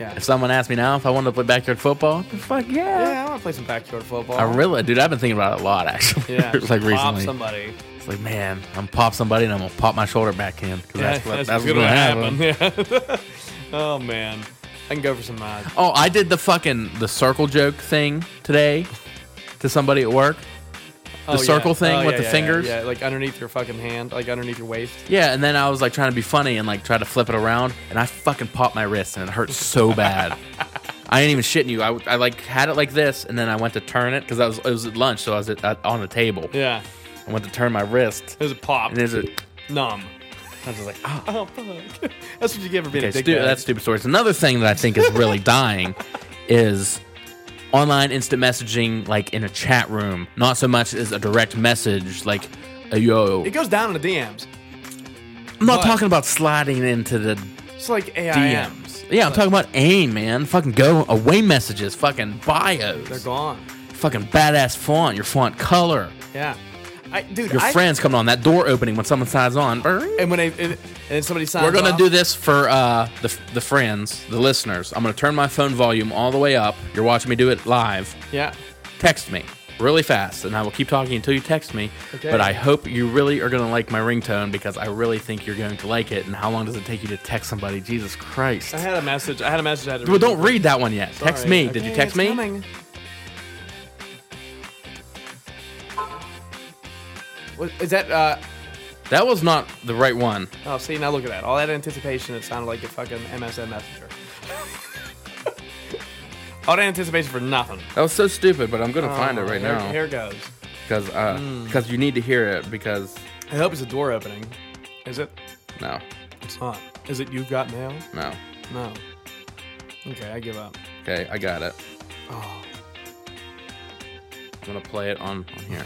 Speaker 1: Yeah.
Speaker 2: if someone asked me now if I wanted to play backyard football, fuck yeah.
Speaker 1: yeah, I want to play some backyard football.
Speaker 2: I really, dude, I've been thinking about it a lot actually.
Speaker 1: yeah,
Speaker 2: like
Speaker 1: just pop
Speaker 2: recently.
Speaker 1: somebody.
Speaker 2: It's like, man, I'm pop somebody and I'm gonna pop my shoulder back in because that's, what, that's, what's
Speaker 1: what's
Speaker 2: gonna, happen.
Speaker 1: Yeah. oh man, I can go for some uh, mods.
Speaker 2: Oh, I did the fucking the circle joke thing today to somebody at work.
Speaker 1: The
Speaker 2: circle thing with the fingers?
Speaker 1: oh, Yeah, like underneath your fucking hand, like underneath your waist.
Speaker 2: Yeah, and then I was like trying to be funny and like try to flip it around, and I fucking popped my wrist and it hurt so bad. I ain't even shitting you. I, I like had it like this, and then I went to turn it because I was it was at lunch, so I was at, at, on the table.
Speaker 1: Yeah,
Speaker 2: I went to turn my wrist,
Speaker 1: there's a pop,
Speaker 2: and there's a
Speaker 1: numb.
Speaker 2: I was just like, oh,
Speaker 1: Oh fuck, that's what you get for being
Speaker 2: Okay,
Speaker 1: a dickhead.
Speaker 2: stu- that's stupid stories. Another thing that I think is really dying is online instant messaging, like in a chat room. Not so much as a direct message, like a yo.
Speaker 1: It goes down in the DMs.
Speaker 2: I'm not
Speaker 1: but-
Speaker 2: talking about sliding into the
Speaker 1: It's like AIM.
Speaker 2: DMs. Yeah, I'm talking about aim, man. Fucking go away messages, fucking bios,
Speaker 1: They're gone.
Speaker 2: fucking badass font, your font color.
Speaker 1: Yeah. I, dude,
Speaker 2: Your
Speaker 1: I,
Speaker 2: friends coming on that door opening when someone signs on.
Speaker 1: and when I, and, and then somebody signs.
Speaker 2: We're gonna
Speaker 1: off-
Speaker 2: do this for uh, the the friends, the listeners. I'm gonna turn my phone volume all the way up. You're watching me do it live.
Speaker 1: Yeah.
Speaker 2: Text me really fast, and I will keep talking until you text me.
Speaker 1: Okay.
Speaker 2: But I hope you really are gonna like my ringtone because I really think you're going to like it. And how long does it take you to text somebody? Jesus Christ!
Speaker 1: I had a message. I had a message. I had to
Speaker 2: Well, don't read that one yet. Text
Speaker 1: Sorry.
Speaker 2: me. Did
Speaker 1: Okay,
Speaker 2: you text
Speaker 1: it's
Speaker 2: me?
Speaker 1: coming. What- Is that? uh
Speaker 2: That was not the right one.
Speaker 1: Oh, see now look at that. All that anticipation. It sounded like a fucking MSN messenger. All that anticipation for nothing.
Speaker 2: That was so stupid, but I'm gonna find it
Speaker 1: Oh, Hmm.
Speaker 2: right
Speaker 1: here,
Speaker 2: now
Speaker 1: Here goes.
Speaker 2: because because you need to hear it because
Speaker 1: I hope it's a door opening. Is it?
Speaker 2: no
Speaker 1: It's not. Is it you've got mail?
Speaker 2: no
Speaker 1: No. Okay, I give up.
Speaker 2: okay I got it.
Speaker 1: Oh.
Speaker 2: I'm gonna play it on, on here.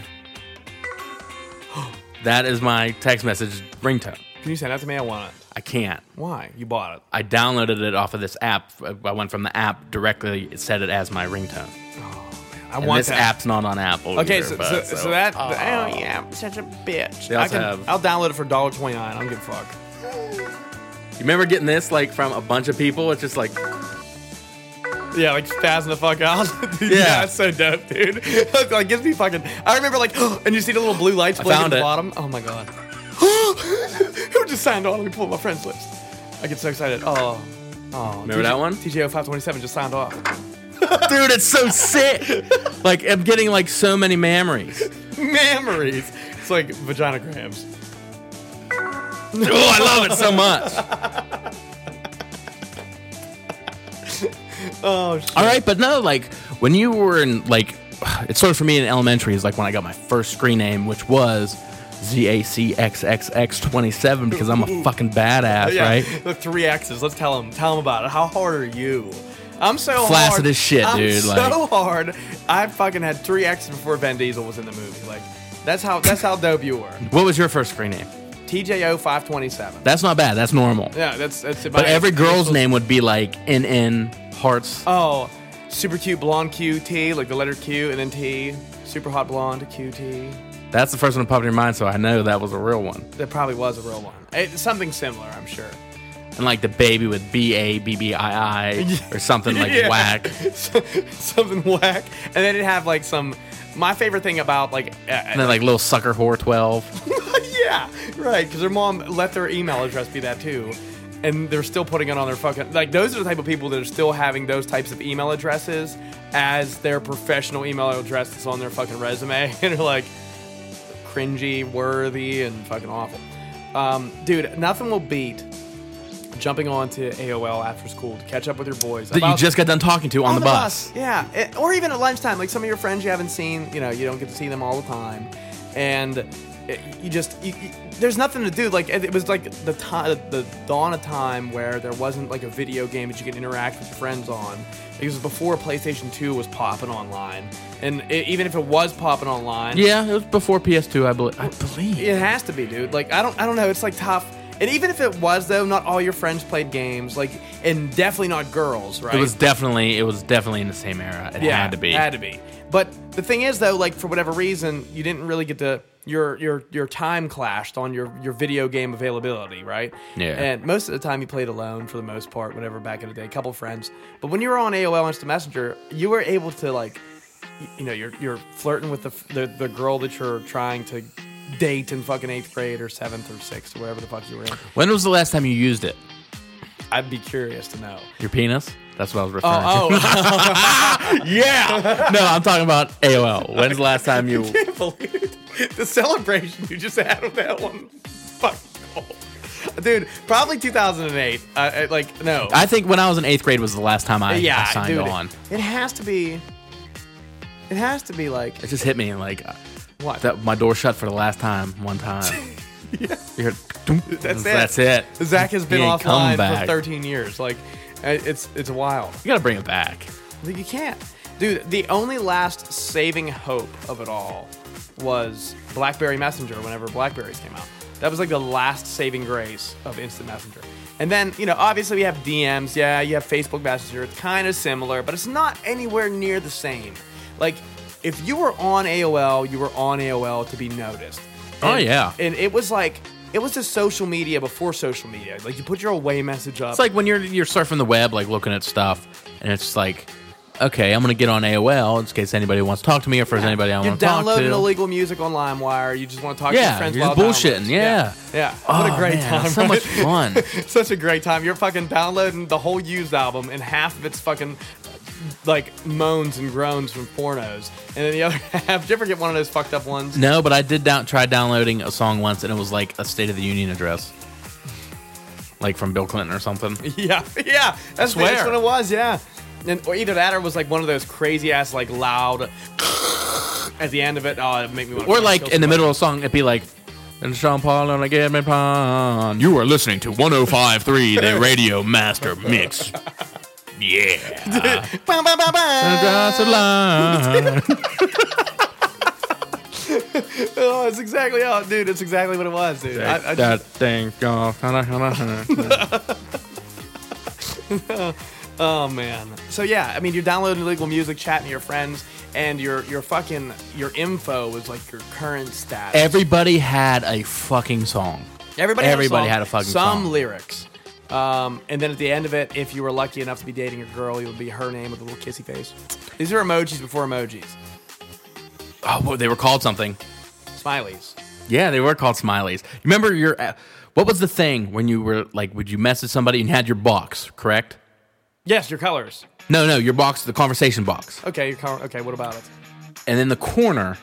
Speaker 2: that is my text message ringtone.
Speaker 1: Can you send that to me? I want it.
Speaker 2: I can't.
Speaker 1: Why? You bought it.
Speaker 2: I downloaded it off of this app. I went from the app directly. It set it as my ringtone.
Speaker 1: I
Speaker 2: And
Speaker 1: want
Speaker 2: this
Speaker 1: that.
Speaker 2: app's not on Apple.
Speaker 1: Okay,
Speaker 2: either,
Speaker 1: so,
Speaker 2: but-
Speaker 1: so, so that. Oh, yeah, I'm such a bitch.
Speaker 2: They
Speaker 1: I
Speaker 2: also
Speaker 1: can,
Speaker 2: have-
Speaker 1: I'll download it for $1.29. I don't give a fuck.
Speaker 2: you remember getting this like from a bunch of people? It's just like
Speaker 1: Yeah, like spazzing the fuck out. dude,
Speaker 2: Yeah.
Speaker 1: that's so dope, dude. like, gives me fucking. I remember, like, and you see the little blue lights blinking at
Speaker 2: found
Speaker 1: the
Speaker 2: it.
Speaker 1: bottom. Oh my god. Who just signed on? Let me pull up my friend's list. I get so excited. Oh. Oh,
Speaker 2: Remember that one?
Speaker 1: TJO 527 just signed off.
Speaker 2: dude, it's so sick. like I'm getting like so many memories.
Speaker 1: Memories. It's like vaginograms.
Speaker 2: oh, I love it so much.
Speaker 1: Oh, shit.
Speaker 2: All right, but no, like when you were in like it started for me in elementary is like when I got my first screen name, which was ZACXXX27 because I'm a fucking badass,
Speaker 1: yeah.
Speaker 2: right?
Speaker 1: The three X's. Let's tell them. Tell them about it. How hard are you? I'm so
Speaker 2: Flaccid
Speaker 1: hard.
Speaker 2: as shit,
Speaker 1: I'm
Speaker 2: dude,
Speaker 1: So
Speaker 2: like-
Speaker 1: hard. I fucking had three X's before Van Diesel was in the movie. Like, that's how that's how dope you were.
Speaker 2: What was your first screen name?
Speaker 1: TJO 527.
Speaker 2: That's not bad. That's normal.
Speaker 1: yeah, that's that's.
Speaker 2: But every girl's name would be like NN Hearts.
Speaker 1: Oh, super cute blonde QT, like the letter Q and then T. Super hot blonde QT.
Speaker 2: That's the first one that popped in your mind, so I know that was a real one.
Speaker 1: That probably was a real one. It, something similar, I'm sure.
Speaker 2: And like the baby with B A B B I I or something like
Speaker 1: Yeah.
Speaker 2: whack.
Speaker 1: something whack. And then it'd have like some. My favorite thing about like uh,
Speaker 2: And then like little sucker whore 12.
Speaker 1: yeah, right. Because their mom let their email address be that too, and they're still putting it on their fucking like. Those are the type of people that are still having those types of email addresses as their professional email address that's on their fucking resume, and are like cringy, worthy, and fucking awful. Um, dude, nothing will beat jumping on to AOL after school to catch up with your boys.
Speaker 2: That you
Speaker 1: about-
Speaker 2: just got done talking to on, the, bus.
Speaker 1: yeah, It- or even at lunchtime, like some of your friends you haven't seen, you know, you don't get to see them all the time, and it, you just you, you- there's nothing to do. Like it it was like the time, the dawn of time where there wasn't like a video game that you could interact with your friends on. It was before PlayStation Two was popping online, and it, even if it was popping online,
Speaker 2: Yeah, it was before PS2, I believe. I believe.
Speaker 1: it has to be, dude. Like I don't I don't know. It's like tough. And even if it was though, not all your friends played games. Like and definitely not girls, right?
Speaker 2: It was definitely it was definitely in the same era. It had to be.
Speaker 1: Had to be. But the thing is, though, like for whatever reason, you didn't really get to your your your time clashed on your your video game availability, right?
Speaker 2: Yeah.
Speaker 1: And most of the time, you played alone for the most part. Whatever back in the day, a couple friends. But when you were on AOL Instant Messenger, you were able to like, y- you know, you're you're flirting with the f- the, the girl that you're trying to date in fucking eighth grade or seventh or sixth or whatever the fuck you were in.
Speaker 2: When was the last time you used it?
Speaker 1: I'd be curious to know.
Speaker 2: Your penis? That's what I was referring
Speaker 1: Oh, oh,
Speaker 2: to. yeah. No, I'm talking about AOL. When's the last time you
Speaker 1: can't believe it. the celebration you just had with that one. Fuck. Dude, probably 2008. Uh, Uh, like, no.
Speaker 2: I think when I was in 8th grade was the last time I, I
Speaker 1: yeah,
Speaker 2: signed
Speaker 1: dude.
Speaker 2: on.
Speaker 1: It has to be. It has to be like.
Speaker 2: It just hit me like uh,
Speaker 1: What?
Speaker 2: that my door shut for the last time one time. You heard,
Speaker 1: That's it.
Speaker 2: That's it.
Speaker 1: Zach has been
Speaker 2: He ain't come
Speaker 1: offline for
Speaker 2: back.
Speaker 1: 13 years. Like, uh, it's it's wild.
Speaker 2: You got to bring it back.
Speaker 1: Like, You can't. Dude, the only last saving hope of it all was Blackberry Messenger whenever Blackberries came out. That was like the last saving grace of Instant Messenger. And then, you know, obviously we have DMs. Yeah, you have Facebook Messenger. It's kind of similar, but it's not anywhere near the same. Like, if you were on AOL, you were on AOL to be noticed.
Speaker 2: Oh,
Speaker 1: And-
Speaker 2: yeah.
Speaker 1: and it was like it was just social media before social media. Like you put your away message up.
Speaker 2: It's like when you're you're surfing the web, like looking at stuff, and it's like, okay, I'm gonna get on AOL in case anybody wants to talk to me, or if there's anybody I
Speaker 1: you're
Speaker 2: want to talk
Speaker 1: downloading
Speaker 2: to.
Speaker 1: illegal music on LimeWire. You just want to talk to
Speaker 2: Yeah,
Speaker 1: your friends
Speaker 2: you're
Speaker 1: while
Speaker 2: just bullshitting,
Speaker 1: downloading.
Speaker 2: yeah.
Speaker 1: yeah.
Speaker 2: Oh,
Speaker 1: what a great
Speaker 2: man,
Speaker 1: time!
Speaker 2: So
Speaker 1: right?
Speaker 2: much fun.
Speaker 1: Such a great time. You're fucking downloading the whole used album, and half of it's fucking like moans and groans from pornos, and then the other half. Did you ever get one of those fucked up ones?
Speaker 2: no, but I did down, try downloading a song once, and it was like a State of the Union address, like from Bill Clinton or something.
Speaker 1: Yeah, yeah. That's, the- that's
Speaker 2: Swear.
Speaker 1: what it was. Yeah, and or either that or it was like one of those crazy ass like loud at the end of it. Oh, it make me want.
Speaker 2: Or like in the middle of a song, it'd be like, "And Sean Paul and I get my pond." You are listening to 105.3, the Radio Master Mix. Yeah. That's a line.
Speaker 1: Oh, it's exactly. Oh, dude, it's exactly what it was, dude. I, I,
Speaker 2: that thing go.
Speaker 1: oh man. So yeah, I mean, you're downloading illegal music, chatting to your friends, and your your fucking your info was like your current stats.
Speaker 2: Everybody had a fucking song.
Speaker 1: Everybody,
Speaker 2: Everybody
Speaker 1: had a,
Speaker 2: had a fucking
Speaker 1: some
Speaker 2: song.
Speaker 1: lyrics. Um, and then at the end of it, if you were lucky enough to be dating a girl, it would be her name with a little kissy face. These are emojis before emojis.
Speaker 2: Oh, well, they were called something.
Speaker 1: Smileys.
Speaker 2: Yeah, they were called smileys. Remember your uh, what was the thing when you were like, would you message somebody and had your box correct?
Speaker 1: Yes, your colors.
Speaker 2: No, no, your box, the conversation box,
Speaker 1: Okay, your color. Okay, what about it?
Speaker 2: and in the corner,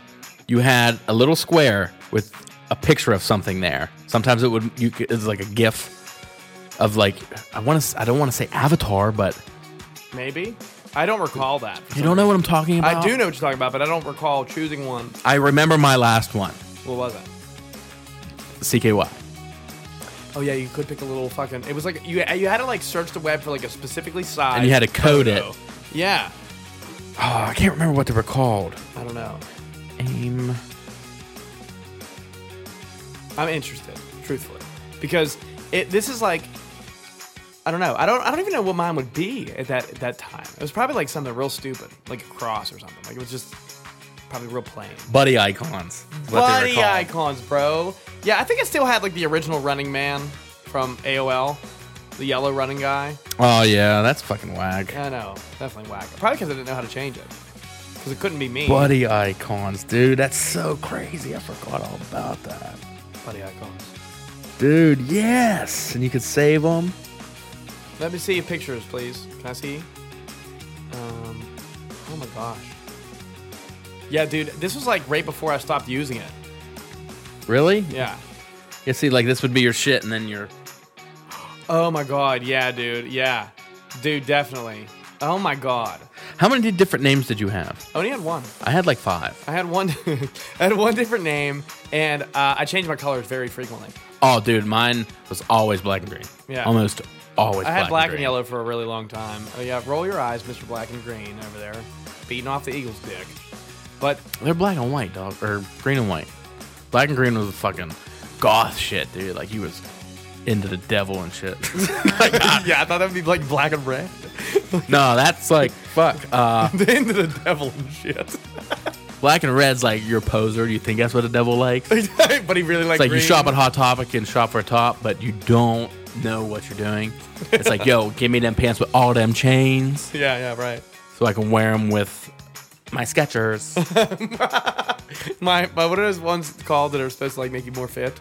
Speaker 2: you had a little square with a picture of something there. Sometimes it would you could- it was like a GIF of like I want to I don't want to say avatar, but
Speaker 1: Maybe. I don't recall that.
Speaker 2: you don't know what I'm talking about.
Speaker 1: I do know what you're talking about, but I don't recall choosing one.
Speaker 2: I remember my last one,
Speaker 1: What was it?
Speaker 2: CKY.
Speaker 1: Oh yeah, you could pick a little fucking. It was like you you had to like search the web for like a specifically size.
Speaker 2: And you had to code it.
Speaker 1: photo. Yeah.
Speaker 2: Oh, I can't remember what they were called.
Speaker 1: I don't know.
Speaker 2: Aim.
Speaker 1: I'm interested, truthfully, because it this is like I don't know. I don't I don't even know what mine would be at that at that time. It was probably like something real stupid, like a cross or something. Like it was just probably real plain.
Speaker 2: Buddy icons. is what they were
Speaker 1: Bloody
Speaker 2: called.
Speaker 1: icons, bro. Yeah, I think I still had like the original Running Man from AOL, the yellow running guy.
Speaker 2: Oh yeah, that's fucking whack.
Speaker 1: I know, definitely whack. Probably because I didn't know how to change it, because it couldn't be me.
Speaker 2: Buddy icons, dude. That's so crazy. I forgot all about that.
Speaker 1: Bloody icons.
Speaker 2: Dude, yes. And you could save them.
Speaker 1: Let me see your pictures, please. Can I see? Um, oh my gosh. Yeah, dude, this was like right before I stopped using it.
Speaker 2: Really?
Speaker 1: Yeah.
Speaker 2: Yeah, see, like this would be your shit, and then your
Speaker 1: Oh my god. Yeah, dude. Yeah, dude, definitely. Oh my god.
Speaker 2: How many different names did you have?
Speaker 1: I only had one.
Speaker 2: I had like five.
Speaker 1: I had one. I had one different name, and uh, I changed my colors very frequently.
Speaker 2: Oh, dude, mine was always black and green.
Speaker 1: Yeah.
Speaker 2: Almost always
Speaker 1: I had black and
Speaker 2: green.
Speaker 1: yellow for a really long time. Oh yeah, roll your eyes, Mr. Black and Green over there, beating off the Eagles' dick. But
Speaker 2: They're black and white, dog. Or green and white. Black and green was fucking goth shit, dude. Like, you was into the devil and shit.
Speaker 1: Ah, yeah, I thought that would be like black and red.
Speaker 2: no, that's like, fuck. Uh,
Speaker 1: Into the devil and shit.
Speaker 2: black and red's like, you're a poser. You think that's what the devil likes? It's
Speaker 1: but he really liked
Speaker 2: like, you
Speaker 1: green.
Speaker 2: shop at Hot Topic and shop for a top, but you don't know what you're doing. It's like, yo, give me them pants with all them chains
Speaker 1: Yeah, yeah, right.
Speaker 2: so I can wear them with my Skechers.
Speaker 1: My, my what are those ones called that are supposed to like make you more fit?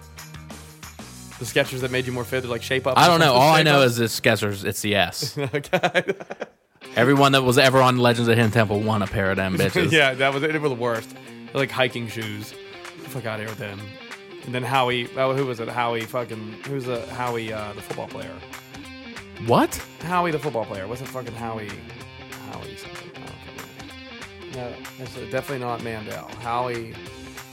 Speaker 1: The sketchers that made you more fit, they're like shape up.
Speaker 2: I don't know. All I
Speaker 1: Shape
Speaker 2: know
Speaker 1: Up?
Speaker 2: is this Skechers. It's the S.
Speaker 1: okay.
Speaker 2: Everyone that was ever on Legends of Hidden Temple won a pair of them bitches.
Speaker 1: yeah, that was it. Were the worst. They're like hiking shoes. Fuck out here with them. And then Howie, oh, who was it? Howie fucking who's a Howie uh, the football player?
Speaker 2: What?
Speaker 1: Howie the football player. Wasn't fucking Howie. Howie something. I don't know. No, it's definitely not Mandel. Howie.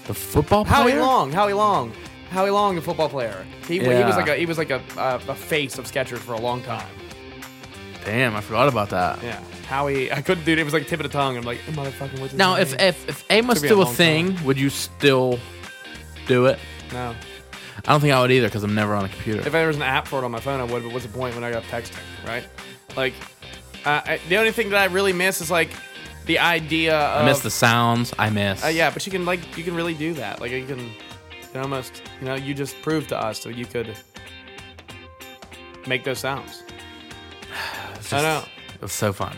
Speaker 2: The football player?
Speaker 1: Howie Long, Howie Long, Howie Long, a football player. He, he was
Speaker 2: Yeah.
Speaker 1: like a he was like a, a, a face of Skechers for a long time.
Speaker 2: Damn, I forgot about that.
Speaker 1: Yeah, Howie, I couldn't do it. It was like tip of the tongue. I'm like motherfucking. What's his
Speaker 2: Now,
Speaker 1: name?
Speaker 2: if if, if aim was
Speaker 1: Took me a
Speaker 2: still a
Speaker 1: long
Speaker 2: thing, would you still do it?
Speaker 1: no,
Speaker 2: I don't think I would either because I'm never on a computer.
Speaker 1: if there was an app for it on my phone, I would. But what's the point when I got texting, right? Like, uh, I, the only thing that I really miss is like the idea of
Speaker 2: I miss the sounds. I miss.
Speaker 1: Uh, yeah, but you can like you can really do that. Like you can, you can almost you know you just proved to us that you could make those sounds.
Speaker 2: It's
Speaker 1: I know.
Speaker 2: It was so fun.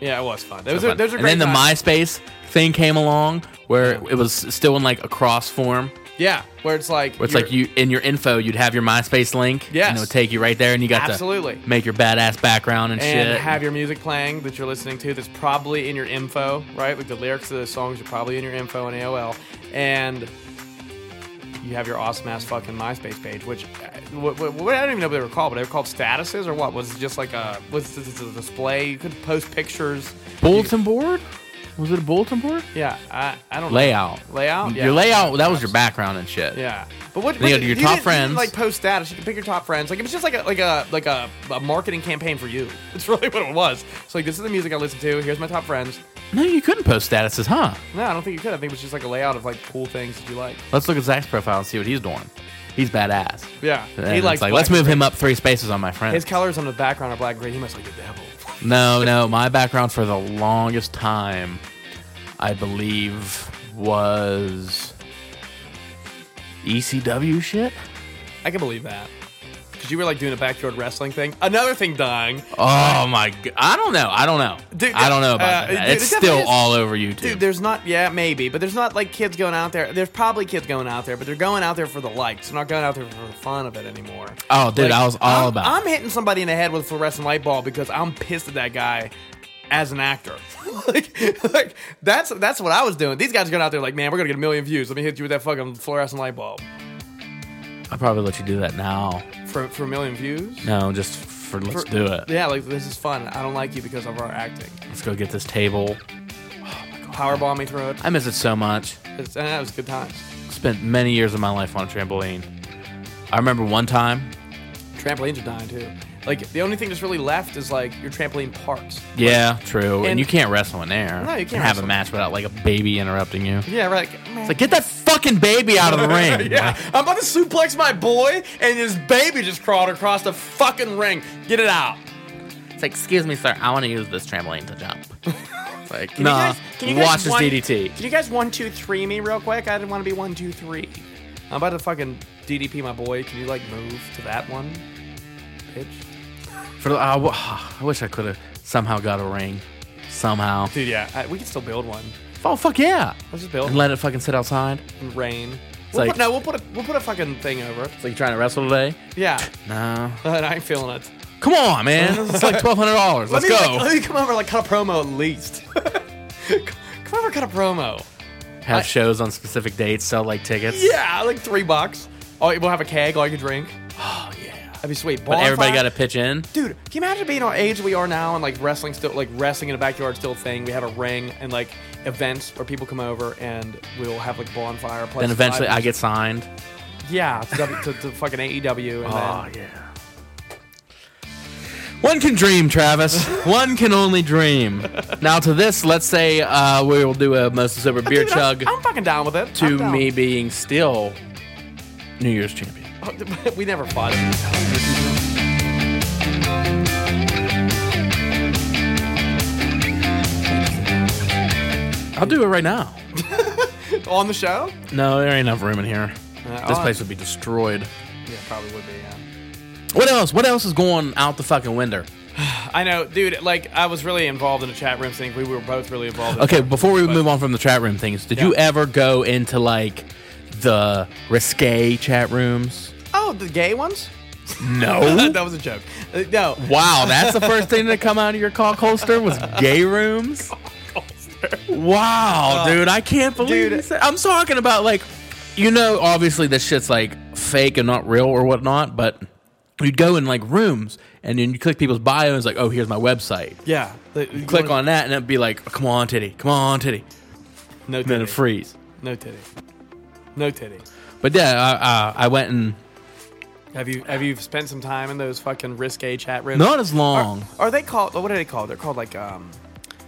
Speaker 1: Yeah, it was fun. Those
Speaker 2: So
Speaker 1: are
Speaker 2: fun.
Speaker 1: those are
Speaker 2: and
Speaker 1: great.
Speaker 2: then the
Speaker 1: times.
Speaker 2: MySpace thing came along where it was still in like a cross form.
Speaker 1: yeah, where it's like
Speaker 2: Where it's
Speaker 1: you're-
Speaker 2: like you in your info, you'd have your MySpace link.
Speaker 1: Yes.
Speaker 2: And it would take you right there, and you got
Speaker 1: Absolutely.
Speaker 2: to make your badass background and,
Speaker 1: and
Speaker 2: shit.
Speaker 1: have your music playing that you're listening to that's probably in your info, right? Like the lyrics of those songs are probably in your info in AOL, and you have your awesome ass fucking MySpace page, which uh, what, what, what, I don't even know what they were called, but they were called statuses or what? Was it just like a was this a display? You could post pictures.
Speaker 2: bulletin board? Was it a bulletin board?
Speaker 1: Yeah, I, I don't
Speaker 2: Layout.
Speaker 1: know. layout. Yeah.
Speaker 2: Your layout. That was your background and shit.
Speaker 1: Yeah, but what?
Speaker 2: Then you
Speaker 1: but
Speaker 2: go to
Speaker 1: you
Speaker 2: your top
Speaker 1: didn't- you didn't,
Speaker 2: friends.
Speaker 1: like post status. You can pick your top friends. Like it was just like a like a like a, a marketing campaign for you. It's really what it was. So like this is the music I listen to. Here's my top friends.
Speaker 2: No, you couldn't post statuses, huh?
Speaker 1: No, I don't think you could. I think it was just like a layout of like cool things that you like.
Speaker 2: Let's look at Zach's profile and see what he's doing. He's badass.
Speaker 1: Yeah,
Speaker 2: And it's like, let's
Speaker 1: black
Speaker 2: move
Speaker 1: and
Speaker 2: him up three spaces on my
Speaker 1: gray.
Speaker 2: friend.
Speaker 1: His colors on the background are black and gray. He must like the devil.
Speaker 2: No, no. My background for the longest time, I believe, was ECW shit.
Speaker 1: I can believe that. Cause you were like doing a backyard wrestling thing. Another thing, dying.
Speaker 2: Oh my god! I don't know. I don't know.
Speaker 1: Dude,
Speaker 2: I don't know
Speaker 1: uh,
Speaker 2: about that.
Speaker 1: dude,
Speaker 2: it's
Speaker 1: it definitely
Speaker 2: still
Speaker 1: is-
Speaker 2: all over YouTube.
Speaker 1: Dude, there's not, yeah, maybe, but there's not like kids going out there. There's probably kids going out there, but they're going out there for the likes. They're not going out there for the fun of it anymore.
Speaker 2: oh, dude, I was all
Speaker 1: I'm,
Speaker 2: about.
Speaker 1: I'm hitting somebody in the head with a fluorescent light bulb because I'm pissed at that guy as an actor. like, like, that's that's what I was doing. These guys are going out there like, man, we're gonna get a million views. Let me hit you with that fucking fluorescent light bulb
Speaker 2: I probably let you do that now.
Speaker 1: for for a million views.
Speaker 2: No, just for let's
Speaker 1: For-
Speaker 2: do it.
Speaker 1: Yeah, like this is fun. I don't like you because of our acting.
Speaker 2: Let's go get this table.
Speaker 1: Powerball me through it.
Speaker 2: I miss it so much.
Speaker 1: It's, and that was good times.
Speaker 2: Spent many years of my life on a trampoline. I remember one time.
Speaker 1: Trampolines are dying too. Like the only thing that's really left is like your trampoline parks.
Speaker 2: Yeah, true. And,
Speaker 1: And-
Speaker 2: you can't wrestle in there.
Speaker 1: No, you can't
Speaker 2: And have
Speaker 1: wrestle.
Speaker 2: a match without like a baby interrupting you.
Speaker 1: Yeah, right.
Speaker 2: It's like, get that fucking baby out of the ring.
Speaker 1: Yeah, I'm about to suplex my boy, and his baby just crawled across the fucking ring. Get it out.
Speaker 2: It's like, excuse me, sir, I want to use this trampoline to jump. It's like,
Speaker 1: Can you
Speaker 2: nah,
Speaker 1: guys- can you guys
Speaker 2: watch
Speaker 1: one-
Speaker 2: this DDT.
Speaker 1: Can you guys one two three me real quick? I didn't want to be one two three. I'm about to fucking DDP my boy. Can you like move to that one? Bitch.
Speaker 2: For, the- I w- I wish I could have somehow got a ring. Somehow.
Speaker 1: Dude, yeah, I, we can still build one.
Speaker 2: Oh, fuck yeah.
Speaker 1: Let's just build
Speaker 2: And
Speaker 1: one.
Speaker 2: let it fucking sit outside.
Speaker 1: and rain. We'll
Speaker 2: like-
Speaker 1: put, no, we'll put a we'll put a fucking thing over. it.
Speaker 2: It's like, you trying to wrestle today?
Speaker 1: Yeah,
Speaker 2: No.
Speaker 1: but I ain't feeling it.
Speaker 2: Come on, man. It's like $1,200. Let's
Speaker 1: let me,
Speaker 2: go.
Speaker 1: Like, let me come over and, like cut a promo at least. come over, and cut a promo.
Speaker 2: have shows on specific dates, sell like tickets.
Speaker 1: Yeah, like three bucks. Oh, we'll have a keg, all you can drink.
Speaker 2: Oh, yeah.
Speaker 1: That'd be sweet.
Speaker 2: But everybody got
Speaker 1: Bonfire.
Speaker 2: to pitch in.
Speaker 1: Dude, can you imagine being our age we are now and like wrestling still like wrestling in a backyard still a thing? We have a ring and like events where people come over and we'll have like bonfire. Plus
Speaker 2: Then eventually
Speaker 1: five-
Speaker 2: I get signed.
Speaker 1: yeah to, W- to, to fucking AEW and
Speaker 2: Oh,
Speaker 1: then
Speaker 2: yeah. One can dream, Travis. One can only dream. Now, to this, let's say uh, we will do a mostly sober beer
Speaker 1: Dude,
Speaker 2: chug
Speaker 1: I'm, I'm fucking down with it. I'm
Speaker 2: to
Speaker 1: down.
Speaker 2: me being still New Year's champion.
Speaker 1: we never fought.
Speaker 2: I'll do it right now.
Speaker 1: on the show.
Speaker 2: No, there ain't enough room in here.
Speaker 1: Uh,
Speaker 2: this
Speaker 1: on-
Speaker 2: place would be destroyed.
Speaker 1: Yeah, probably would be. Yeah.
Speaker 2: What else? What else is going out the fucking window?
Speaker 1: I know, dude. Like, I was really involved in the chat room thing. We were both really involved. In
Speaker 2: Okay, before we move on from the chat room things, did you
Speaker 1: Yeah.
Speaker 2: ever go into like the risque chat rooms?
Speaker 1: Oh, the gay ones?
Speaker 2: No.
Speaker 1: that was a joke. Uh, no.
Speaker 2: wow, that's the first thing to come out of your cock holster was gay rooms. Wow, dude, I can't believe
Speaker 1: Oh. dude.
Speaker 2: you said- I'm talking about like, you know, obviously this shit's like fake and not real or whatnot, but you'd go in like rooms and then you click people's bio and it's like, oh, here's my website.
Speaker 1: Yeah. Uh,
Speaker 2: Click on that and it'd be like, "Oh, come on, titty, come on, titty,
Speaker 1: No
Speaker 2: and then
Speaker 1: titty.
Speaker 2: it freeze.
Speaker 1: No titty. No titty.
Speaker 2: But yeah, I, I, I went and
Speaker 1: Have you have you spent some time in those fucking risque chat rooms?
Speaker 2: not as long
Speaker 1: Are they called? What are they called? They're called like um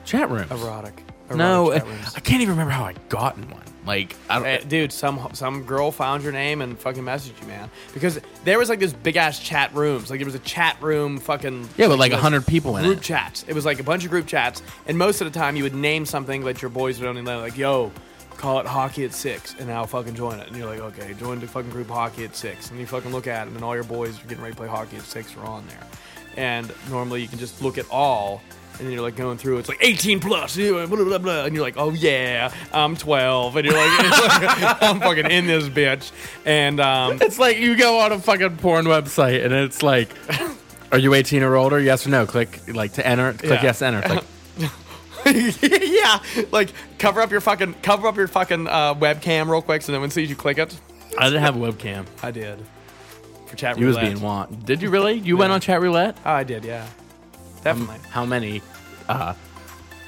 Speaker 2: chat rooms.
Speaker 1: erotic. erotic
Speaker 2: No,
Speaker 1: chat
Speaker 2: I
Speaker 1: rooms.
Speaker 2: can't even remember how I got in one. Like I don't.
Speaker 1: Hey, dude, some some girl found your name and fucking messaged you, man. Because there was like this big ass chat rooms. Like there was a chat room, fucking
Speaker 2: yeah, but like
Speaker 1: it was
Speaker 2: hundred people in
Speaker 1: group
Speaker 2: it.
Speaker 1: chats. It was like a bunch of group chats, and most of the time you would name something that your boys would only know, like yo. Call it hockey at six, and I'll fucking join it. And you're like, okay, join the fucking group hockey at six, and you fucking look at it, and then all your boys are getting ready to play hockey at six are on there. And normally you can just look at all, and you're like going through. It's like 18 plus, blah blah blah, blah. and you're like, oh yeah, I'm 12, and you're like, I'm fucking in this bitch. And um,
Speaker 2: It's like you go on a fucking porn website and it's like, are you 18 or older? Yes or no. Click like to enter. Click
Speaker 1: Yeah.
Speaker 2: yes, enter. It's like,
Speaker 1: yeah, like cover up your fucking cover up your fucking uh, webcam real quick, so no one sees you click it.
Speaker 2: I didn't have a webcam.
Speaker 1: I did for chat
Speaker 2: You was
Speaker 1: roulette.
Speaker 2: being want. Did you really? You went on chat roulette.
Speaker 1: Oh, I did, yeah, definitely.
Speaker 2: How many uh,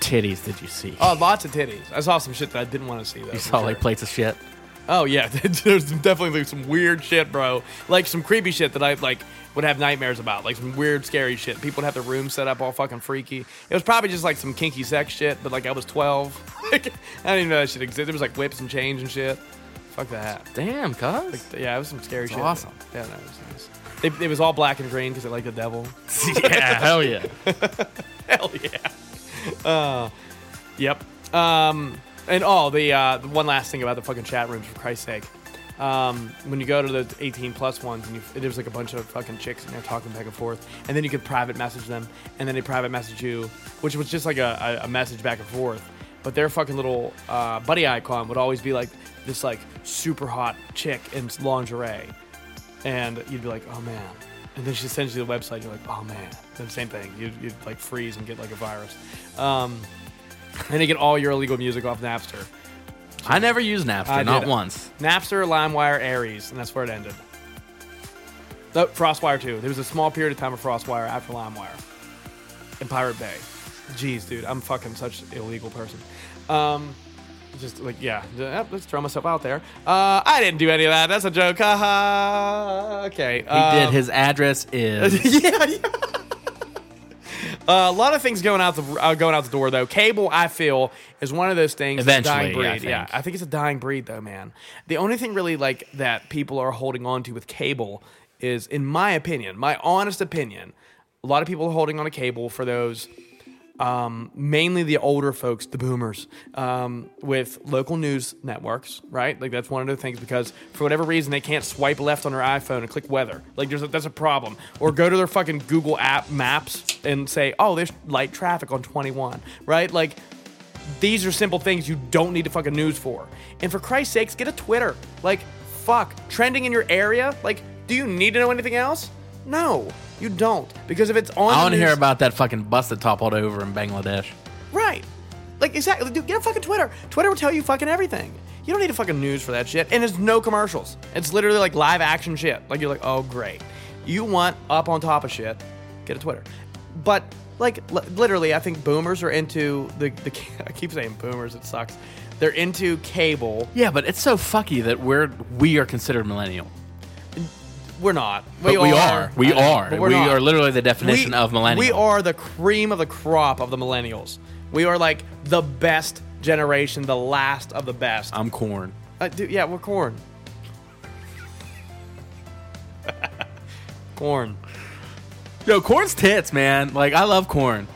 Speaker 2: titties did you see?
Speaker 1: oh, lots of titties. I saw some shit that I didn't want to see. Though,
Speaker 2: you
Speaker 1: for
Speaker 2: saw like
Speaker 1: sure.
Speaker 2: plates of shit.
Speaker 1: Oh yeah, there's definitely some weird shit, bro. Like some creepy shit that I like would have nightmares about. Like some weird, scary shit. People would have their room set up all fucking freaky. It was probably just like some kinky sex shit, but like I was 12. Like, I didn't even know that shit existed. There was like whips and chains and shit. Fuck that.
Speaker 2: Damn, cuz.
Speaker 1: Yeah, it was some scary shit.
Speaker 2: awesome.
Speaker 1: Yeah, no, it was nice. It, it was all black and green because they like the devil.
Speaker 2: yeah, hell yeah.
Speaker 1: Hell yeah. Uh, yep. Um, and oh, the, uh, the one last thing about the fucking chat rooms, for Christ's sake. Um, when you go to the 18 plus ones and you, there's like a bunch of fucking chicks and they're talking back and forth, and then you could private message them, and then they private message you, which was just like a, a, a message back and forth. But their fucking little uh, buddy icon would always be like this like super hot chick in lingerie and you'd be like, oh man. And then she sends you the website, you're like, oh man. Then same thing, you'd, you'd like freeze and get like a virus. Um, and you get all your illegal music off Napster.
Speaker 2: I never used Napster,
Speaker 1: I
Speaker 2: not
Speaker 1: did.
Speaker 2: once.
Speaker 1: Napster, LimeWire, Aries, and that's where it ended. No, Frostwire too. There was a small period of time of Frostwire after LimeWire in Pirate Bay. Jeez, dude, I'm fucking such an illegal person. Um, just like yeah, uh, let's throw myself out there. Uh, I didn't do any of that. That's a joke. Ha ha. Okay.
Speaker 2: He did. His address is.
Speaker 1: yeah. yeah. Uh, a lot of things going out the uh, going out the door though. Cable, I feel, is one of those things. that's a dying
Speaker 2: Eventually,
Speaker 1: breed.
Speaker 2: I
Speaker 1: Yeah,
Speaker 2: think.
Speaker 1: I think it's a dying breed though, man. The only thing really like that people are holding on to with cable is, in my opinion, my honest opinion, a lot of people are holding on to cable for those um, mainly the older folks, the boomers, um, with local news networks, right? Like that's one of the things because for whatever reason they can't swipe left on their iPhone and click weather. Like there's a, that's a problem. Or go to their fucking Google app maps and say, oh, there's light traffic on 21, right? Like these are simple things you don't need to fucking news for. And for Christ's sakes, get a Twitter. Like, fuck, trending in your area. Like, do you need to know anything else? No, you don't. Because if it's on,
Speaker 2: I
Speaker 1: the
Speaker 2: want to hear
Speaker 1: news-
Speaker 2: about that fucking bus that toppled over in Bangladesh.
Speaker 1: Right. Like exactly. Dude, get a fucking Twitter. Twitter will tell you fucking everything. You don't need a fucking news for that shit. And there's no commercials. It's literally like live action shit. Like you're like, oh great. You want up on top of shit, get a Twitter. But like li- literally, I think boomers are into the the. I keep saying boomers. It sucks. They're into cable.
Speaker 2: Yeah, but it's so fucky that we're we are considered millennial.
Speaker 1: We're not.
Speaker 2: But we are. We
Speaker 1: I know,
Speaker 2: are.
Speaker 1: but
Speaker 2: We
Speaker 1: not.
Speaker 2: are literally the definition of millennial.
Speaker 1: We are the cream of the crop of the millennials. We are like the best generation, the last of the best.
Speaker 2: I'm corn.
Speaker 1: Uh, dude, yeah, we're corn. corn.
Speaker 2: Yo, corn's tits, man. Like I love corn.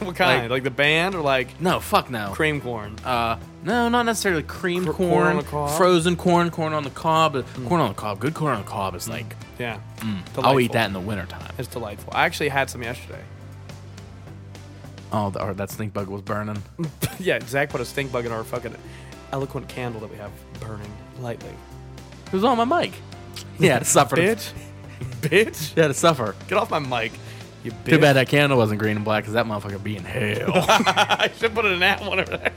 Speaker 1: What kind? Like, the band or like
Speaker 2: No, fuck no.
Speaker 1: cream corn?
Speaker 2: Uh, no, not necessarily cream
Speaker 1: Cor- corn on
Speaker 2: corn,
Speaker 1: the cob?
Speaker 2: frozen corn, corn on the cob. but Corn on the cob. Good corn on the cob is like
Speaker 1: yeah.
Speaker 2: mm. I'll
Speaker 1: Delightful.
Speaker 2: eat that in the wintertime.
Speaker 1: It's delightful. I actually had some yesterday.
Speaker 2: Oh, the, or that stink bug was burning.
Speaker 1: yeah, Zach put a stink bug in our fucking eloquent candle that we have burning lightly.
Speaker 2: It was on my mic. Yeah, it suffered.
Speaker 1: Bitch. bitch.
Speaker 2: Yeah, to suffer.
Speaker 1: Get off my mic. You bitch.
Speaker 2: Too bad that candle wasn't green and black because that motherfucker be in hell.
Speaker 1: I should put it in that one over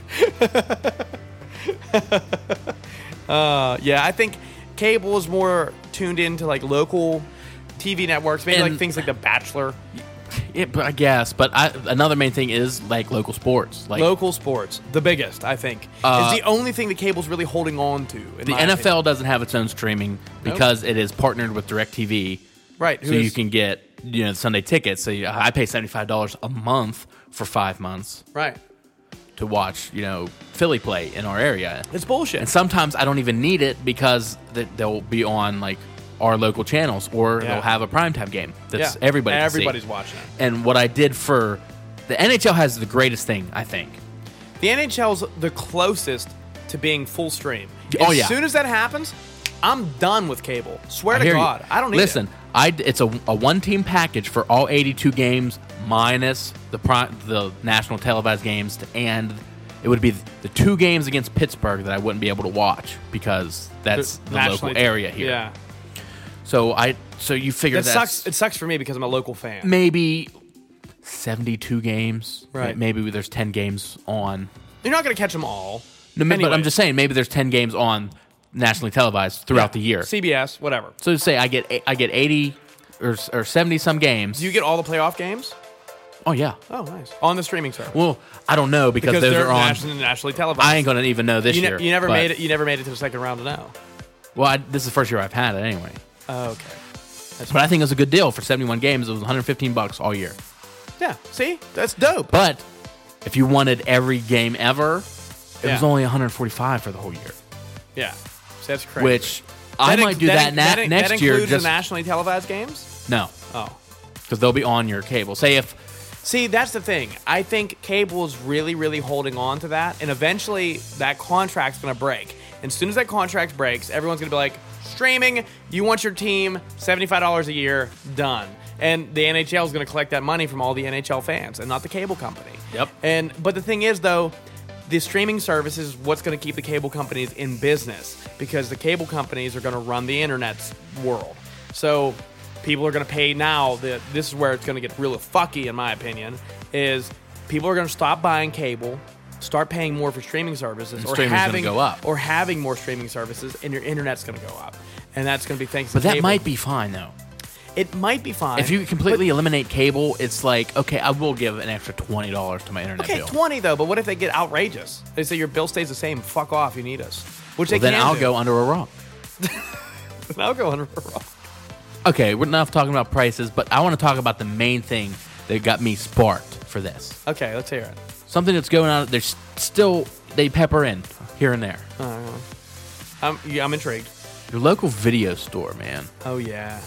Speaker 1: there. uh, yeah, I think cable is more tuned into like local TV networks, maybe like
Speaker 2: And-
Speaker 1: things like The Bachelor,
Speaker 2: Yeah, but I guess. But I, another main thing is like local sports. Like
Speaker 1: local sports. The biggest, I think,
Speaker 2: Uh,
Speaker 1: is the only thing the cable's really holding on to. in
Speaker 2: the
Speaker 1: my
Speaker 2: NFL
Speaker 1: opinion.
Speaker 2: doesn't have its own streaming because it is partnered with DirecTV,
Speaker 1: right?
Speaker 2: so
Speaker 1: who
Speaker 2: you
Speaker 1: is-
Speaker 2: can get you know Sunday tickets. So you, I pay seventy five dollars a month for five months
Speaker 1: right.
Speaker 2: to watch, you know, Philly play in our area.
Speaker 1: It's bullshit.
Speaker 2: And sometimes I don't even need it because th- they'll be on like our local channels or
Speaker 1: Yeah.
Speaker 2: they'll have a primetime game that's
Speaker 1: Yeah.
Speaker 2: everybody can see.
Speaker 1: Everybody's watching it.
Speaker 2: And what I did for the NHL has the greatest thing, I think.
Speaker 1: The NHL's the closest to being full stream.
Speaker 2: Oh,
Speaker 1: as
Speaker 2: yeah.
Speaker 1: soon as that happens, I'm done with cable. Swear
Speaker 2: I
Speaker 1: to
Speaker 2: hear you.
Speaker 1: God, I don't need
Speaker 2: listen.
Speaker 1: It.
Speaker 2: I d it's a, a one team package for all 82 games minus the pri- the national televised games, to, and it would be the two games against Pittsburgh that I wouldn't be able to watch because that's the
Speaker 1: Nationally-
Speaker 2: local area here.
Speaker 1: Yeah,
Speaker 2: So I so you figure
Speaker 1: it
Speaker 2: that's
Speaker 1: sucks. It sucks for me because I'm a local fan.
Speaker 2: maybe 72 games.
Speaker 1: Right.
Speaker 2: Maybe there's 10 games on.
Speaker 1: You're not gonna catch them all.
Speaker 2: No, ma- but I'm
Speaker 1: Anyways.
Speaker 2: just saying maybe there's 10 games on nationally televised throughout the year.
Speaker 1: CBS, whatever.
Speaker 2: So say I get I get 80 or or 70 some games.
Speaker 1: Do you get all the playoff games?
Speaker 2: oh yeah.
Speaker 1: Oh, nice. On the streaming service.
Speaker 2: Well, I don't know because,
Speaker 1: because
Speaker 2: those
Speaker 1: they're
Speaker 2: are on.
Speaker 1: nationally, nationally televised.
Speaker 2: I ain't gonna even know this
Speaker 1: you, ne-
Speaker 2: year.
Speaker 1: you never
Speaker 2: but-
Speaker 1: made it. You never made it to the second round to know.
Speaker 2: Well, I, this is the first year I've had it anyway.
Speaker 1: Oh, okay.
Speaker 2: But I think it was a good deal for 71 games. It was 115 bucks all year.
Speaker 1: Yeah. See, that's dope.
Speaker 2: But if you wanted every game ever, it
Speaker 1: Yeah.
Speaker 2: was only 145 for the whole year.
Speaker 1: Yeah. So that's crazy.
Speaker 2: Which I
Speaker 1: That
Speaker 2: might
Speaker 1: inc-
Speaker 2: do that,
Speaker 1: inc-
Speaker 2: na-
Speaker 1: inc-
Speaker 2: next
Speaker 1: that
Speaker 2: year.
Speaker 1: includes
Speaker 2: Just
Speaker 1: the nationally televised games.
Speaker 2: no,
Speaker 1: Oh.
Speaker 2: because they'll be on your cable. Say if
Speaker 1: See, that's the thing. I think cable is really, really holding on to that, and eventually that contract's gonna break. And as soon as that contract breaks, everyone's gonna be like, streaming. You want your team seventy-five dollars a year, done. And the NHL is gonna collect that money from all the NHL fans, and not the cable company.
Speaker 2: Yep.
Speaker 1: And but the thing is, though, the streaming service is what's gonna keep the cable companies in business because the cable companies are gonna run the internet's world. So people are going to pay now that this is where it's going to get really fucky in my opinion is people are going to stop buying cable start paying more for streaming services or
Speaker 2: streaming's gonna
Speaker 1: having
Speaker 2: go up.
Speaker 1: or having more streaming services and your internet's going to go up and that's going to be thanks
Speaker 2: but
Speaker 1: to
Speaker 2: that
Speaker 1: cable.
Speaker 2: might be fine though.
Speaker 1: it might be fine
Speaker 2: If you completely eliminate cable, it's like okay, I will give an extra twenty dollars to my internet
Speaker 1: okay
Speaker 2: bill.
Speaker 1: 20 though but what if they get outrageous they say your bill stays the same fuck off you need us which
Speaker 2: well,
Speaker 1: they
Speaker 2: then
Speaker 1: can
Speaker 2: I'll
Speaker 1: do.
Speaker 2: go under a rock.
Speaker 1: i'll go under a rock
Speaker 2: Okay, we're enough talking about prices, but I want to talk about the main thing that got me sparked for this.
Speaker 1: okay let's hear it
Speaker 2: Something that's going on. There's still they pepper in here and there.
Speaker 1: i'm, yeah, I'm intrigued
Speaker 2: Your local video store, man.
Speaker 1: oh yeah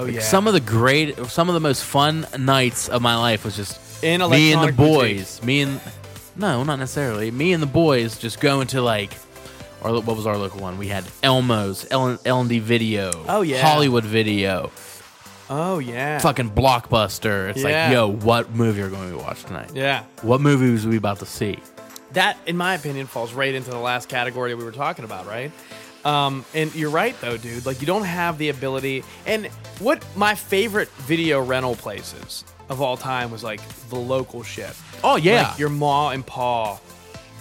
Speaker 1: oh yeah
Speaker 2: Some of the great, some of the most fun nights of my life was just
Speaker 1: In
Speaker 2: me and the
Speaker 1: electronic
Speaker 2: boys. Me and no, not necessarily. Me and the boys just going to like our lo- what was our local one? We had Elmo's, L and D Video,
Speaker 1: Oh, yeah.
Speaker 2: Hollywood Video,
Speaker 1: oh yeah
Speaker 2: fucking Blockbuster. It's
Speaker 1: Yeah.
Speaker 2: like, yo, what movie are going to watch tonight?
Speaker 1: yeah
Speaker 2: What movie was we about to see?
Speaker 1: that, in my opinion, falls right into the last category we were talking about, right? Um, and you're right though, dude. Like you don't have the ability. And what my favorite video rental places of all time was like the local shit.
Speaker 2: Oh, yeah.
Speaker 1: like your ma and pa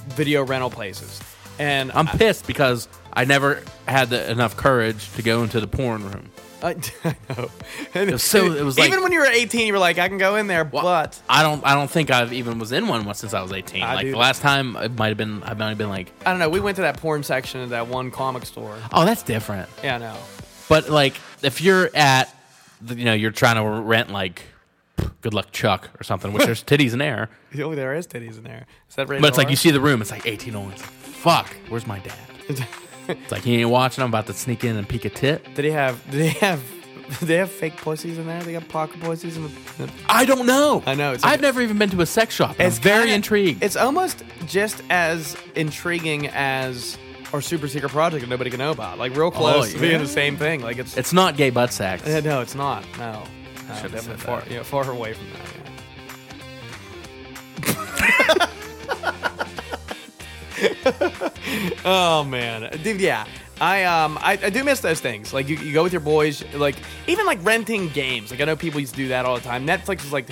Speaker 1: video rental places. And
Speaker 2: I'm
Speaker 1: I-
Speaker 2: pissed because I never had the, enough courage to go into the porn room.
Speaker 1: I, I know. And
Speaker 2: was so- it was like-
Speaker 1: even when you were 18, you were like, I can go in there,
Speaker 2: Well,
Speaker 1: but
Speaker 2: I don't. I don't think I've even was in one since I was eighteen.
Speaker 1: I
Speaker 2: like
Speaker 1: do.
Speaker 2: the last time, it might have been. I might have been like,
Speaker 1: I don't know. We went to that porn section at that one comic store.
Speaker 2: oh, that's different.
Speaker 1: Yeah, I know.
Speaker 2: But like, if you're at, the- you know, you're trying to rent like, Good Luck Chuck or something, which there's titties in there,
Speaker 1: Oh, there is titties in there. Is that right?
Speaker 2: but it's like you see the room, it's like eighteen on. It's like, fuck, where's my dad? It's like he ain't watching. I'm about to sneak in and peek a tit.
Speaker 1: Did he have? Did he have? Did they have fake pussies in there? They got pocket pussies. In the,
Speaker 2: I don't know.
Speaker 1: I know, it's
Speaker 2: I've
Speaker 1: like-
Speaker 2: never even been to a sex shop. It's I'm very
Speaker 1: kinda-
Speaker 2: intrigued.
Speaker 1: It's almost just as intriguing as our super secret project that nobody can know about. Like real close,
Speaker 2: Oh, yeah.
Speaker 1: being the same thing. Like it's.
Speaker 2: It's not gay butt sex.
Speaker 1: Uh, no, it's not. No. No,
Speaker 2: should've
Speaker 1: definitely
Speaker 2: said
Speaker 1: far,
Speaker 2: that.
Speaker 1: yeah, far away from that. yeah. Oh man, dude, yeah. I um I, I do miss those things. Like you, you go with your boys, like even like renting games. Like I know people used to do that all the time. Netflix was like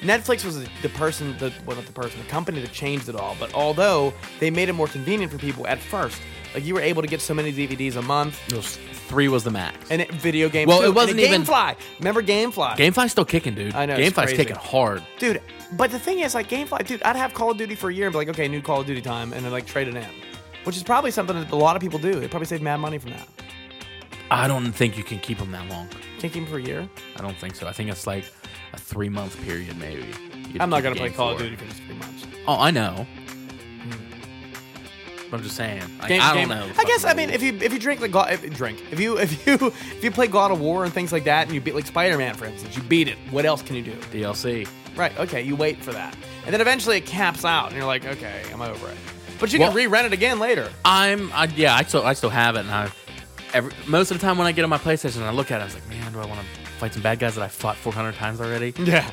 Speaker 1: Netflix was the person the well not the person, the company that changed it all. But although they made it more convenient for people at first, like you were able to get so many DVDs a month
Speaker 2: Those three was the max.
Speaker 1: and it, video games.
Speaker 2: Well,
Speaker 1: too.
Speaker 2: it
Speaker 1: And
Speaker 2: wasn't even-
Speaker 1: GameFly. Remember GameFly?
Speaker 2: Gamefly's still kicking, dude.
Speaker 1: I know, it's
Speaker 2: Gamefly's
Speaker 1: crazy.
Speaker 2: kicking hard.
Speaker 1: dude. But the thing is, like GameFly, dude, I'd have Call of Duty for a year and be like, okay, new Call of Duty time, and then like trade it in, which is probably something that a lot of people do. They probably save mad money from that.
Speaker 2: I don't think you can keep them that long.
Speaker 1: Can't keep them for a year.
Speaker 2: I don't think so. I think it's like a three month period, maybe. You'd
Speaker 1: I'm not gonna
Speaker 2: keep a
Speaker 1: play
Speaker 2: game
Speaker 1: Call of
Speaker 2: for.
Speaker 1: Duty for just three months.
Speaker 2: Oh, I know. I'm just saying. Like,
Speaker 1: Game-
Speaker 2: I don't
Speaker 1: game-
Speaker 2: know.
Speaker 1: I guess I mean if you if you drink like God, if, drink if you if you if you play God of War and things like that and you beat like Spider Man for instance you beat it what else can you do
Speaker 2: DLC.
Speaker 1: right okay you wait for that and then eventually it caps out and you're like okay I'm over it but you
Speaker 2: Well-
Speaker 1: can re-rent it again later
Speaker 2: I'm I, yeah, I still I still have it, and I every most of the time when I get on my PlayStation and I look at it, I was like, man, do I want to fight some bad guys that I fought 400 times already?
Speaker 1: yeah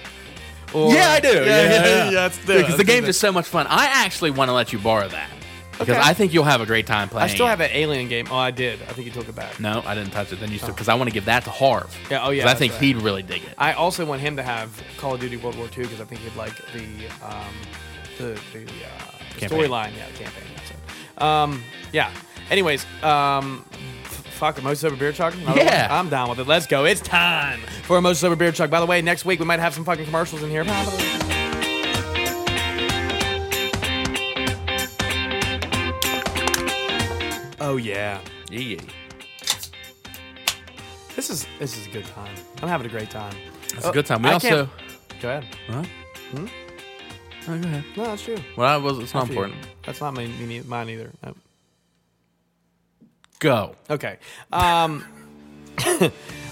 Speaker 1: or,
Speaker 2: yeah, I do. Yeah, yeah, yeah.
Speaker 1: that's
Speaker 2: Because the game's just so much fun. I actually want to let you borrow that because
Speaker 1: Okay.
Speaker 2: I think you'll have a great time
Speaker 1: I
Speaker 2: playing.
Speaker 1: still
Speaker 2: it.
Speaker 1: have an Alien game oh I did I think you took it back
Speaker 2: No, I didn't touch it. Then you still because I want to give that to Harv.
Speaker 1: Oh. Yeah, oh, yeah,
Speaker 2: 'Cause I
Speaker 1: that's
Speaker 2: think
Speaker 1: right.
Speaker 2: he'd really dig it.
Speaker 1: I also want him to have Call of Duty World War II because I think he'd like the um, the, the, uh, the
Speaker 2: Campaign.
Speaker 1: storyline. Yeah, the campaign. That's it. Um, yeah. Anyways, um, f- fuck a most sober beer chuck. Another
Speaker 2: Yeah.
Speaker 1: one? I'm down with it. Let's go. It's time for a most sober beer chuck. By the way, next week we might have some fucking commercials in here. Oh yeah.
Speaker 2: Yeah.
Speaker 1: This is this is a good time. I'm having a great time.
Speaker 2: It's a good time. We
Speaker 1: Oh, I
Speaker 2: also.
Speaker 1: can't- Go ahead. Hmm?
Speaker 2: Huh? Oh, go ahead.
Speaker 1: No, that's true.
Speaker 2: Well, I was. It's not
Speaker 1: for you.
Speaker 2: important.
Speaker 1: That's not my, me, me- mine either. No.
Speaker 2: Go.
Speaker 1: Okay. Um,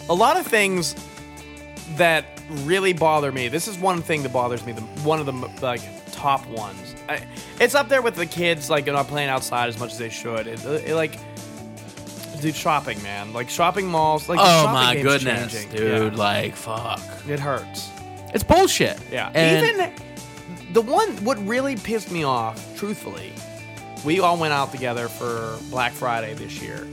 Speaker 1: a lot of things that really bother me. This is one thing that bothers me. The one of the m- like top ones. I, it's up there with the kids like not playing outside as much as they should. It, uh, it, like. Dude, shopping, man. Like shopping malls. Like the
Speaker 2: Oh
Speaker 1: shopping
Speaker 2: my
Speaker 1: game's
Speaker 2: goodness,
Speaker 1: changing.
Speaker 2: dude! Like fuck.
Speaker 1: Yeah, it hurts.
Speaker 2: It's bullshit.
Speaker 1: Yeah.
Speaker 2: And-
Speaker 1: Even the one what really pissed me off, truthfully, we all went out together for Black Friday this year.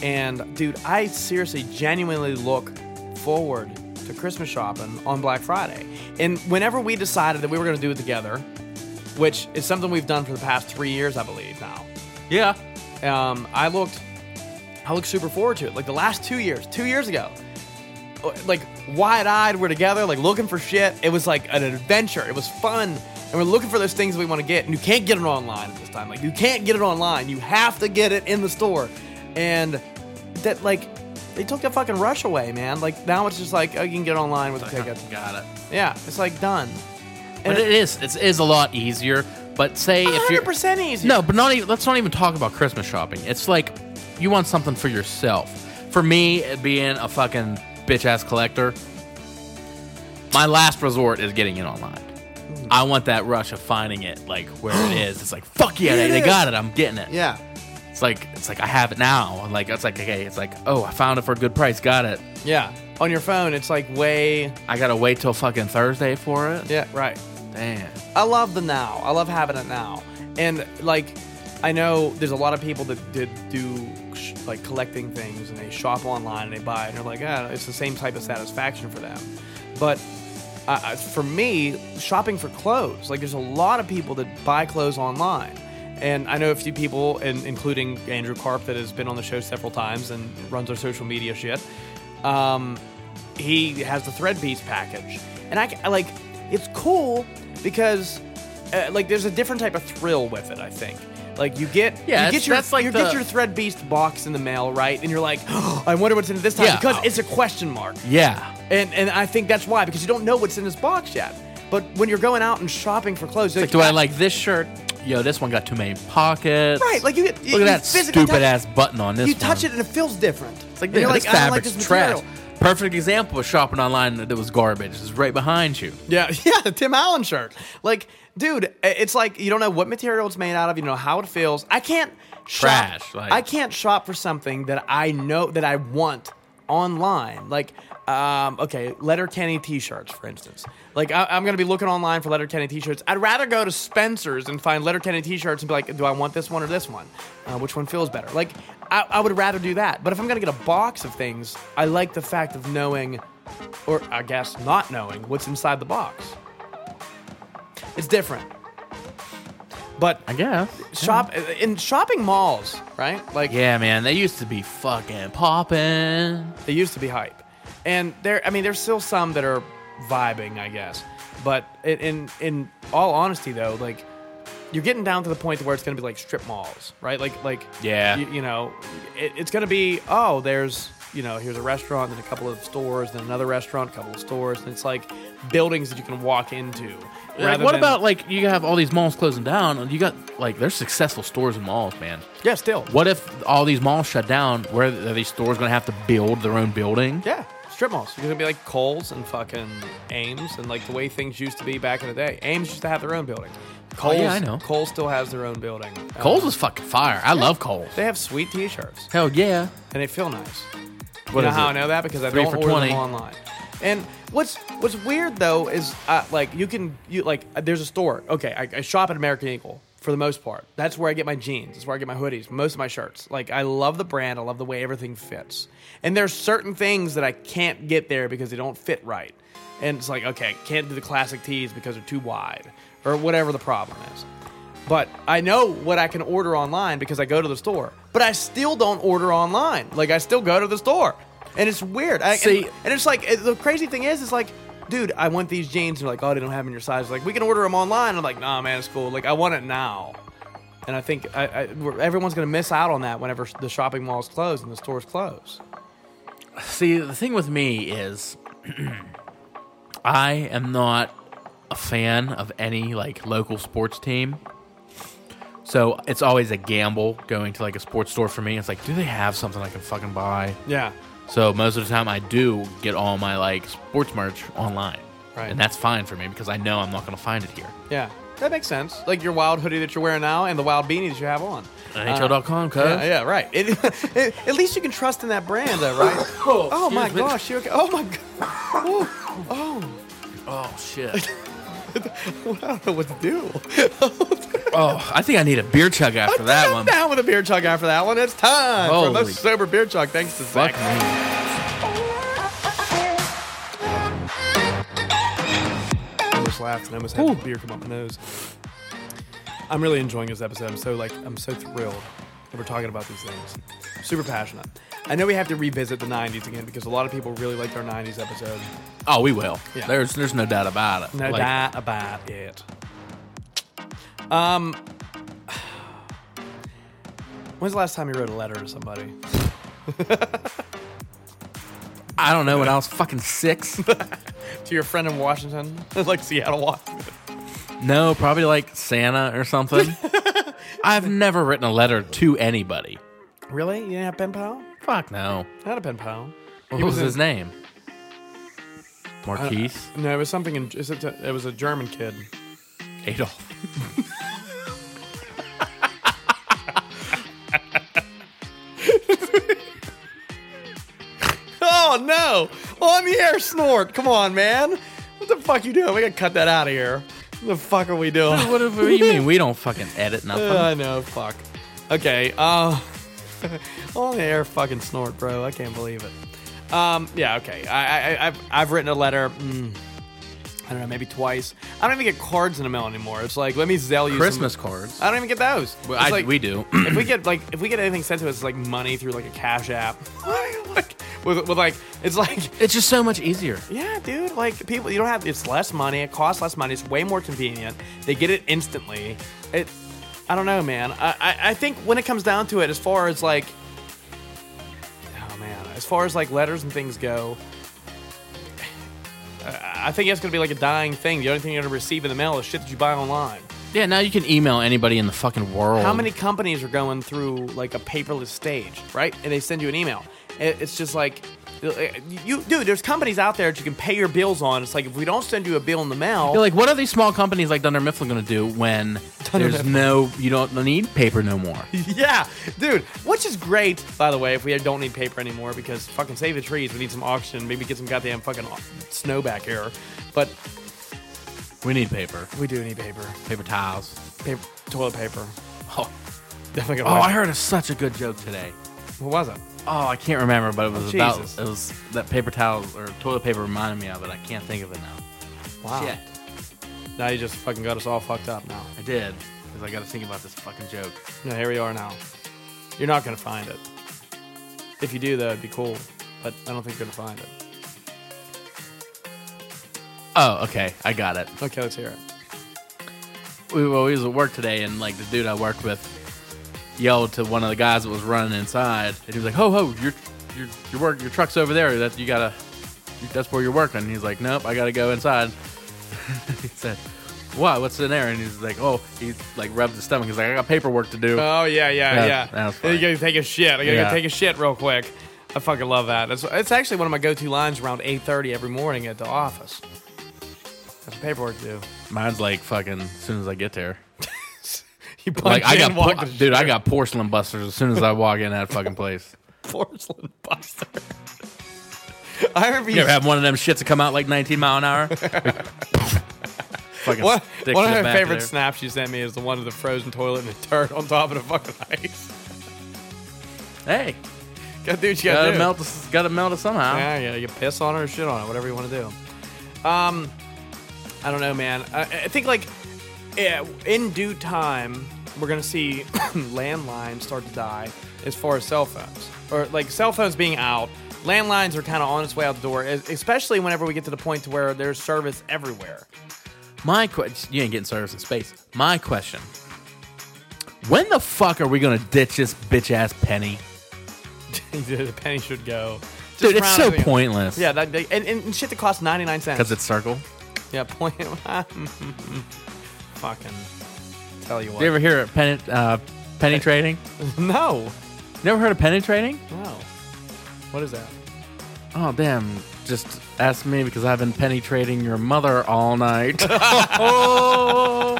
Speaker 1: And dude, I seriously genuinely look forward to Christmas shopping on Black Friday. And whenever we decided that we were going to do it together, which is something we've done for the past 3 years, I believe now
Speaker 2: yeah.
Speaker 1: um, I looked, I looked super forward to it. Like the last two years, two years ago, uh, like wide-eyed, we're together, like looking for shit. It was like an adventure. It was fun, and we're looking for those things that we want to get. And you can't get it online at this time. Like you can't get it online. You have to get it in the store, and that like. They took that fucking rush away, man. Like now it's just like oh, you can get it online with a ticket.
Speaker 2: Got it.
Speaker 1: Yeah, it's like done.
Speaker 2: But it is. It is a lot easier. But say if
Speaker 1: Hundred
Speaker 2: you're
Speaker 1: percent easy.
Speaker 2: No, but not even. Let's not even talk about Christmas shopping. It's like you want something for yourself. For me, it being a fucking bitch ass collector, my last resort is getting it online. I want that rush of finding it, like where it is. It's like fuck yeah, they, they got it. I'm getting it.
Speaker 1: Yeah.
Speaker 2: It's like it's like I have it now. I'm like it's like okay, it's like oh, I found it for a good price. Got it.
Speaker 1: Yeah. On your phone, it's like way.
Speaker 2: I gotta wait till fucking Thursday for it.
Speaker 1: Yeah. Right.
Speaker 2: Damn.
Speaker 1: I love the now. I love having it now. And like, I know there's a lot of people that did do sh- like collecting things and they shop online and they buy it and they're like, ah, it's the same type of satisfaction for them. But uh, uh, for me, shopping for clothes, like there's a lot of people that buy clothes online. And I know a few people, and including Andrew Karp, that has been on the show several times and runs our social media shit. Um, he has the thread piece package and i, ca- I like it's cool because uh, like there's a different type of thrill with it i think like you get
Speaker 2: Yeah,
Speaker 1: you
Speaker 2: it's-
Speaker 1: get your
Speaker 2: that's like
Speaker 1: you
Speaker 2: the-
Speaker 1: get your thread beast box in the mail right and you're like oh, i wonder what's in it this time
Speaker 2: Yeah.
Speaker 1: because it's a question mark
Speaker 2: Yeah.
Speaker 1: and and i think that's why because you don't know what's in this box yet but when you're going out and shopping for clothes
Speaker 2: Like, do I like this shirt? Yo, this one got too many pockets.
Speaker 1: "Ah, Right, like, you get-
Speaker 2: look
Speaker 1: you-
Speaker 2: at
Speaker 1: you
Speaker 2: that
Speaker 1: physically
Speaker 2: stupid
Speaker 1: touch-
Speaker 2: ass button on this.
Speaker 1: you touch
Speaker 2: one.
Speaker 1: it and it feels different it's
Speaker 2: Like,
Speaker 1: and you're
Speaker 2: this
Speaker 1: like i don't like
Speaker 2: fabric's
Speaker 1: this material
Speaker 2: trash. Perfect example of shopping online that was garbage. It's right behind you.
Speaker 1: Yeah, yeah, the Tim Allen shirt. Like, dude, i- it's like you don't know what material it's made out of. You don't know how it feels. I can't shop,
Speaker 2: Trash, like-
Speaker 1: I can't shop for something that I know that I want online. Like, um, okay, Letterkenny T-shirts, for instance. Like, I, I'm gonna be looking online for Letterkenny T-shirts. I'd rather go to Spencer's and find Letterkenny T-shirts and be like, do I want this one or this one? Uh, which one feels better? Like, I, I would rather do that. But if I'm gonna get a box of things, I like the fact of knowing or I guess not knowing what's inside the box. It's different. But
Speaker 2: I guess.
Speaker 1: shop in shopping malls, right? Like
Speaker 2: Yeah, man. They used to be fucking popping.
Speaker 1: they used to be hype, and there. I mean, there's still some that are vibing, I guess. But in in, in all honesty, though, like you're getting down to the point where it's going to be like strip malls, right? Like like
Speaker 2: Yeah.
Speaker 1: you, you know, it, it's going to be oh, there's you know, here's a restaurant, then a couple of stores, then another restaurant, a couple of stores, and it's like buildings that you can walk into.
Speaker 2: Like,
Speaker 1: rather
Speaker 2: what
Speaker 1: than-
Speaker 2: about like you have all these malls closing down, and you got like there's successful stores and malls, man.
Speaker 1: Yeah, still.
Speaker 2: What if all these malls shut down? Where are these stores going to have to build their own building?
Speaker 1: Yeah, strip malls. You're gonna be like Coles and fucking Ames and like the way things used to be back in the day. Ames used to have their own building. Coles,
Speaker 2: Oh, yeah, I know.
Speaker 1: Coles still has their own building. Um,
Speaker 2: Coles is fucking fire. I love Coles.
Speaker 1: They have sweet T-shirts
Speaker 2: Hell yeah.
Speaker 1: and they feel nice.
Speaker 2: What
Speaker 1: you know
Speaker 2: is
Speaker 1: how
Speaker 2: it?
Speaker 1: I know that because I
Speaker 2: Three
Speaker 1: don't
Speaker 2: for
Speaker 1: order
Speaker 2: 20.
Speaker 1: them online. And what's what's weird though is uh, like you can you like uh, there's a store. Okay, I, I shop at American Eagle for the most part. That's where I get my jeans. That's where I get my hoodies. Most of my shirts. Like I love the brand. I love the way everything fits. And there's certain things that I can't get there because they don't fit right. And it's like okay, I can't do the classic tees because they're too wide or whatever the problem is. But I know what I can order online because I go to the store. But I still don't order online. Like I still go to the store, and it's weird. I,
Speaker 2: See-
Speaker 1: and, and it's like the crazy thing is, it's like, dude, I want these jeans. And they're like, oh, they don't have them in your size. Like we can order them online. I'm like, nah, man, it's cool. Like I want it now. And I think I, I, we're- everyone's gonna miss out on that whenever the shopping malls close and the stores close.
Speaker 2: See, the thing with me is I am not a fan of any like local sports team. So it's always a gamble going to like a sports store for me. It's like, do they have something I can fucking buy?
Speaker 1: Yeah,
Speaker 2: So most of the time I do get all my like sports merch online.
Speaker 1: Right.
Speaker 2: And that's fine for me because I know I'm not going to find it here.
Speaker 1: yeah, that makes sense. Like your wild hoodie that you're wearing now and the wild beanie that you have on.
Speaker 2: NHL.com, cuz.
Speaker 1: Yeah, yeah, right. It, it- at least you can trust in that brand, though, right? oh, my
Speaker 2: excuse me.
Speaker 1: gosh! You okay? Oh my god!
Speaker 2: Oh, shit.
Speaker 1: I don't know what to do.
Speaker 2: oh, I think I need a beer chug after that
Speaker 1: I'm
Speaker 2: one.
Speaker 1: down with a beer chug after that one. It's time for
Speaker 2: Holy
Speaker 1: most sober beer chug. Thanks to
Speaker 2: Fuck
Speaker 1: Zach.
Speaker 2: me.
Speaker 1: I almost laughed and I almost had beer come up my nose. I'm really enjoying this episode. I'm so like I'm so thrilled that we're talking about these things. Super passionate. I know we have to revisit the '90s again because a lot of people really liked our '90s episode.
Speaker 2: Oh, we will.
Speaker 1: Yeah.
Speaker 2: There's there's no doubt about it.
Speaker 1: No
Speaker 2: Like,
Speaker 1: doubt about it. Um, when's the last time you wrote a letter to somebody?
Speaker 2: I don't know when I was fucking six.
Speaker 1: To your friend in Washington, like Seattle, Washington.
Speaker 2: no, probably like Santa or something. I've never written a letter to anybody.
Speaker 1: Really? You didn't have pen pal?
Speaker 2: Fuck no.
Speaker 1: Not a pen pal.
Speaker 2: What
Speaker 1: He
Speaker 2: was,
Speaker 1: was in-
Speaker 2: his name? Marquise
Speaker 1: No, it was something in. is It it was a German kid. Uh,
Speaker 2: Adolf.
Speaker 1: Oh no! On the air snort. Come on, man. What the fuck you doing? We gotta cut that out of here. What the fuck are we doing?
Speaker 2: what do you mean? We don't fucking edit nothing.
Speaker 1: Uh, I know, fuck. Okay, uh, on the air fucking snort, bro. I can't believe it. Um, yeah, okay. I, I, I've, I've written a letter, mm, I don't know, maybe twice. I don't even get cards in the mail anymore. It's like, let me Zell you some-
Speaker 2: Christmas cards.
Speaker 1: I don't even get those.
Speaker 2: Well,
Speaker 1: It's
Speaker 2: I-
Speaker 1: like-
Speaker 2: we do.
Speaker 1: if we get like if we get anything sent to us, it's like money through like a cash app. like, with, with like it's like
Speaker 2: It's just so much easier.
Speaker 1: yeah, dude. Like people, you don't have. It's less money. It costs less money. It's way more convenient. They get it instantly. It. I don't know, man. I, I, I think when it comes down to it, as far as like, oh man, as far as like letters and things go, I I think that's gonna be like a dying thing. The only thing you're gonna receive in the mail is shit that you buy online.
Speaker 2: Yeah, now you can email anybody in the fucking world.
Speaker 1: How many companies are going through like a paperless stage, right? And they send you an email. It- It's just like, uh, you, dude. There's companies out there that you can pay your bills on. It's like if we don't send you a bill in the mail,
Speaker 2: You're like, what are these small companies like Dunder Mifflin going to do when there's no, you don't need paper no more?
Speaker 1: yeah, dude. Which is great, by the way. If we don't need paper anymore, because fucking save the trees. We need some oxygen. Maybe get some goddamn fucking snow back here. But
Speaker 2: We need paper.
Speaker 1: we do need paper,
Speaker 2: Paper towels.
Speaker 1: paper toilet paper.
Speaker 2: Oh,
Speaker 1: Definitely.
Speaker 2: oh
Speaker 1: gonna
Speaker 2: I
Speaker 1: wipe-
Speaker 2: heard a, such a good joke today.
Speaker 1: What was it?
Speaker 2: Oh, I can't remember, but it was about,
Speaker 1: Jesus.
Speaker 2: it was that paper towel or toilet paper reminded me of it. I can't think of it now.
Speaker 1: Wow.
Speaker 2: Shit.
Speaker 1: Now you just fucking got us all fucked up now.
Speaker 2: I did. Because I got to think about this fucking joke.
Speaker 1: No, here we are now. You're not gonna find it. If you do, though, it'd be cool. But I don't think you're gonna find it.
Speaker 2: Oh, okay. I got it.
Speaker 1: Okay, let's hear it.
Speaker 2: we well, we was at work today, and like the dude I worked with yelled to one of the guys that was running inside, and he was like, "Ho ho, your your your work your truck's over there. That you gotta, that's where you're working." And he's like, "Nope, I gotta go inside." he said, "What? What's in there?" And he's like, "Oh, he like rubs his stomach. He's like, I got paperwork to do."
Speaker 1: Oh yeah, yeah,
Speaker 2: That-
Speaker 1: yeah.
Speaker 2: that was
Speaker 1: I
Speaker 2: funny.
Speaker 1: gotta take a shit. I gotta go
Speaker 2: Yeah.
Speaker 1: take a shit real quick. I fucking love that. It's, it's actually one of my go-to lines around 8:30 every morning at the office. That's paperwork to do.
Speaker 2: Mine's like fucking as soon as I get there.
Speaker 1: You punch
Speaker 2: Like I
Speaker 1: in,
Speaker 2: got
Speaker 1: walk
Speaker 2: por-
Speaker 1: to
Speaker 2: dude, I got porcelain busters as soon as I walk in that fucking place.
Speaker 1: porcelain buster. I remember
Speaker 2: You
Speaker 1: you.
Speaker 2: ever have one of them shits that come out like 19 mile an hour? fucking
Speaker 1: One,
Speaker 2: sticks
Speaker 1: one
Speaker 2: in the
Speaker 1: of my
Speaker 2: back of
Speaker 1: favorite
Speaker 2: there.
Speaker 1: snaps you sent me is the one of the frozen toilet and the turd on top of the fucking ice.
Speaker 2: Hey,
Speaker 1: Gotta do what you gotta,
Speaker 2: gotta
Speaker 1: do.
Speaker 2: melt. This, gotta melt it somehow.
Speaker 1: Yeah, yeah, you piss on it or shit on it, whatever you want to do. Um, I don't know, man. I, I think like eh, in due time, we're gonna see landlines start to die as far as cell phones, or like cell phones being out. Landlines are kind of on its way out the door, es- especially whenever we get to the point to where there's service everywhere.
Speaker 2: My question, you ain't getting service in space. My question: When the fuck are we gonna ditch this bitch ass penny?
Speaker 1: the penny should go. Just
Speaker 2: Dude, it's
Speaker 1: round
Speaker 2: so
Speaker 1: everything up.
Speaker 2: pointless.
Speaker 1: Yeah, that, they- and, and shit that costs ninety nine cents.
Speaker 2: because it's circle.
Speaker 1: yeah, point. Fucking tell you what.
Speaker 2: Do you ever hear of pen, uh, penny trading?
Speaker 1: no.
Speaker 2: Never heard of penny trading?
Speaker 1: Wow. What is that?
Speaker 2: Oh damn! Just ask me because I've been penny trading your mother all night. oh,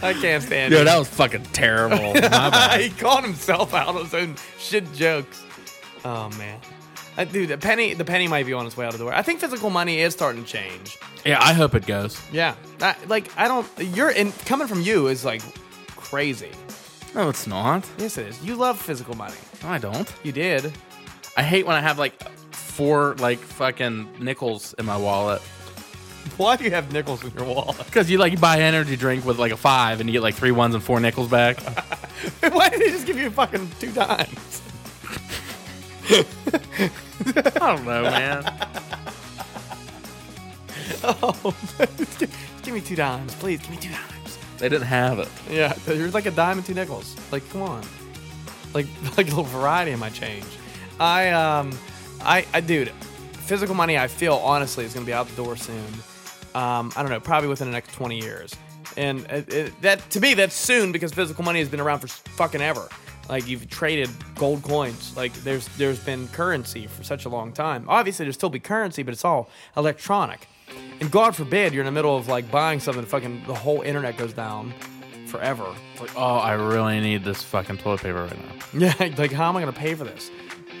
Speaker 1: I can't stand
Speaker 2: dude,
Speaker 1: it.
Speaker 2: that was fucking terrible. My bad.
Speaker 1: he called himself out on his own shit jokes. Oh man. Uh, dude, the penny the penny might be on its way out of the door. I think physical money is starting to change.
Speaker 2: Yeah, I hope it goes.
Speaker 1: Yeah. I, like I don't you're and coming from you is like crazy.
Speaker 2: No, it's not.
Speaker 1: Yes it is. You love physical money.
Speaker 2: No, I don't.
Speaker 1: You did.
Speaker 2: I hate when I have like four like fucking nickels in my wallet.
Speaker 1: Why do you have nickels in your wallet?
Speaker 2: Because you like you buy an energy drink with like a five and you get like three ones and four nickels back.
Speaker 1: Why did they just give you fucking two dimes?
Speaker 2: I don't know, man.
Speaker 1: Give me two dimes, please. Give me two dimes.
Speaker 2: They didn't have it.
Speaker 1: Yeah, there's like a dime and two nickels. Like, come on, like like a little variety in my change. I um, I I dude, physical money. I feel honestly is gonna be out the door soon. Um, I don't know, probably within the next 20 years. And it, it, that to me, that's soon because physical money has been around for fucking ever. Like you've traded gold coins. Like there's there's been currency for such a long time. Obviously, there'll still be currency, but it's all electronic. And God forbid you're in the middle of like buying something, fucking the whole internet goes down forever.
Speaker 2: Like, oh, I really need this fucking toilet paper right now.
Speaker 1: Yeah, like how am I gonna pay for this?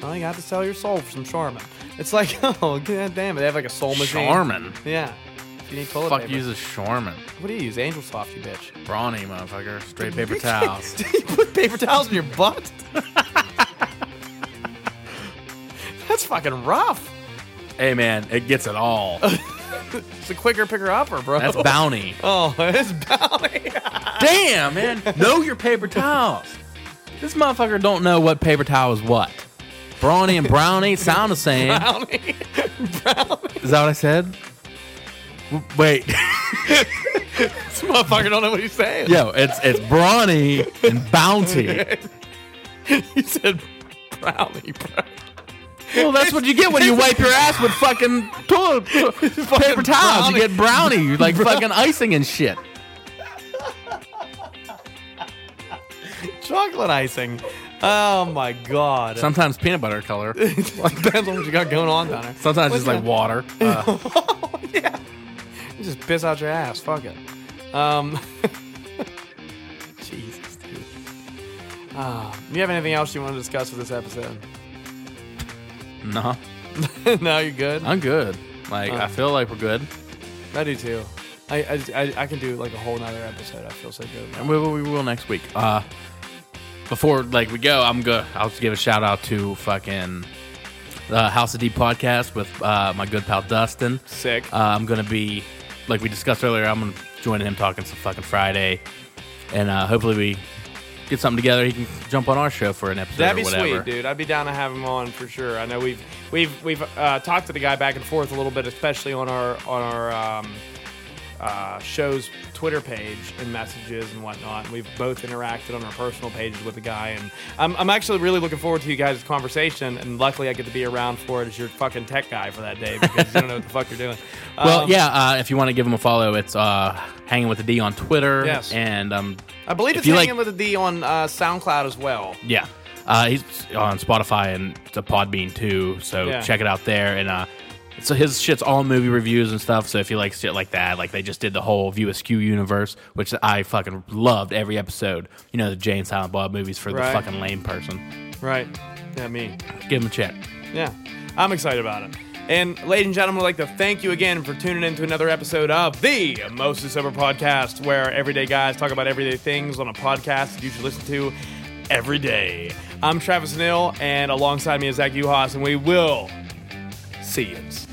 Speaker 1: Well, you have to sell your soul for some Charmin. It's like, oh god damn it, they have like a soul machine.
Speaker 2: Charmin.
Speaker 1: Yeah. You need toilet
Speaker 2: Fuck
Speaker 1: paper.
Speaker 2: uses Charmin.
Speaker 1: What do you use? Angel soft, you bitch.
Speaker 2: Brawny motherfucker. Straight paper towels.
Speaker 1: you put paper towels in your butt? That's fucking rough.
Speaker 2: hey man, it gets it all.
Speaker 1: It's a quicker picker upper, bro.
Speaker 2: That's bounty.
Speaker 1: oh, it's bounty.
Speaker 2: Damn, man. Know your paper towels. This motherfucker don't know what paper towel is what. Brawny and brownie sound the same.
Speaker 1: bounty.
Speaker 2: Is that what I said? W- Wait,
Speaker 1: this motherfucker don't know what he's saying.
Speaker 2: yo, it's it's brawny and bounty.
Speaker 1: He said brownie, bro.
Speaker 2: Well, that's what you get when you wipe your ass with fucking toilet paper towels. You get brownie, you like fucking icing and shit.
Speaker 1: Chocolate icing. Oh my god.
Speaker 2: Sometimes peanut butter color.
Speaker 1: Depends on what you got going on down there.
Speaker 2: Sometimes it's like water. Uh,
Speaker 1: You just piss out your ass. Fuck it. Um, Jesus, dude. Ah, you have anything else you want to discuss with this episode?
Speaker 2: no,
Speaker 1: no, you're good.
Speaker 2: I'm good. Like I feel like we're good.
Speaker 1: I do too. I, I, I, I can do like a whole nother episode. I feel so good. about it.
Speaker 2: And we, we will next week. Uh, before like we go, I'm good. I'll just give a shout out to fucking the House of Deep podcast with uh, my good pal Dustin.
Speaker 1: Sick.
Speaker 2: Uh, I'm gonna be like we discussed earlier. I'm gonna join him talking some fucking Friday, and uh, hopefully we get something together. He can jump on our show for an episode
Speaker 1: That'd be
Speaker 2: or whatever.
Speaker 1: sweet, dude. I'd be down to have him on for sure. I know we've we've we've uh, talked to the guy back and forth a little bit, especially on our on our um, uh, show's Twitter page and messages and whatnot. And we've both interacted on our personal pages with the guy, and I'm, I'm actually really looking forward to you guys' conversation. And luckily, I get to be around for it as your fucking tech guy for that day because you don't know what the fuck you're doing.
Speaker 2: Well,
Speaker 1: Um,
Speaker 2: yeah. Uh, if you want to give him a follow, it's uh, hanging with the D on Twitter.
Speaker 1: Yes.
Speaker 2: and um,
Speaker 1: I believe
Speaker 2: if
Speaker 1: it's
Speaker 2: you
Speaker 1: hanging
Speaker 2: like-
Speaker 1: with a D on uh, SoundCloud as well.
Speaker 2: yeah, uh, he's on Spotify and the Podbean too. So
Speaker 1: Yeah.
Speaker 2: check it out there. And uh, so his shit's all movie reviews and stuff. So if you like shit like that, like they just did the whole View Askew universe, which I fucking loved every episode. You know the Jane Silent Bob movies for
Speaker 1: Right.
Speaker 2: the fucking lame person.
Speaker 1: Right? Yeah, me.
Speaker 2: Give him a check.
Speaker 1: Yeah, I'm excited about it. And ladies and gentlemen, I'd like to thank you again for tuning in to another episode of the Mostly Sober Podcast, where everyday guys talk about everyday things on a podcast that you should listen to every day. I'm Travis Neal, and alongside me is Zach Uhas, and we will see you.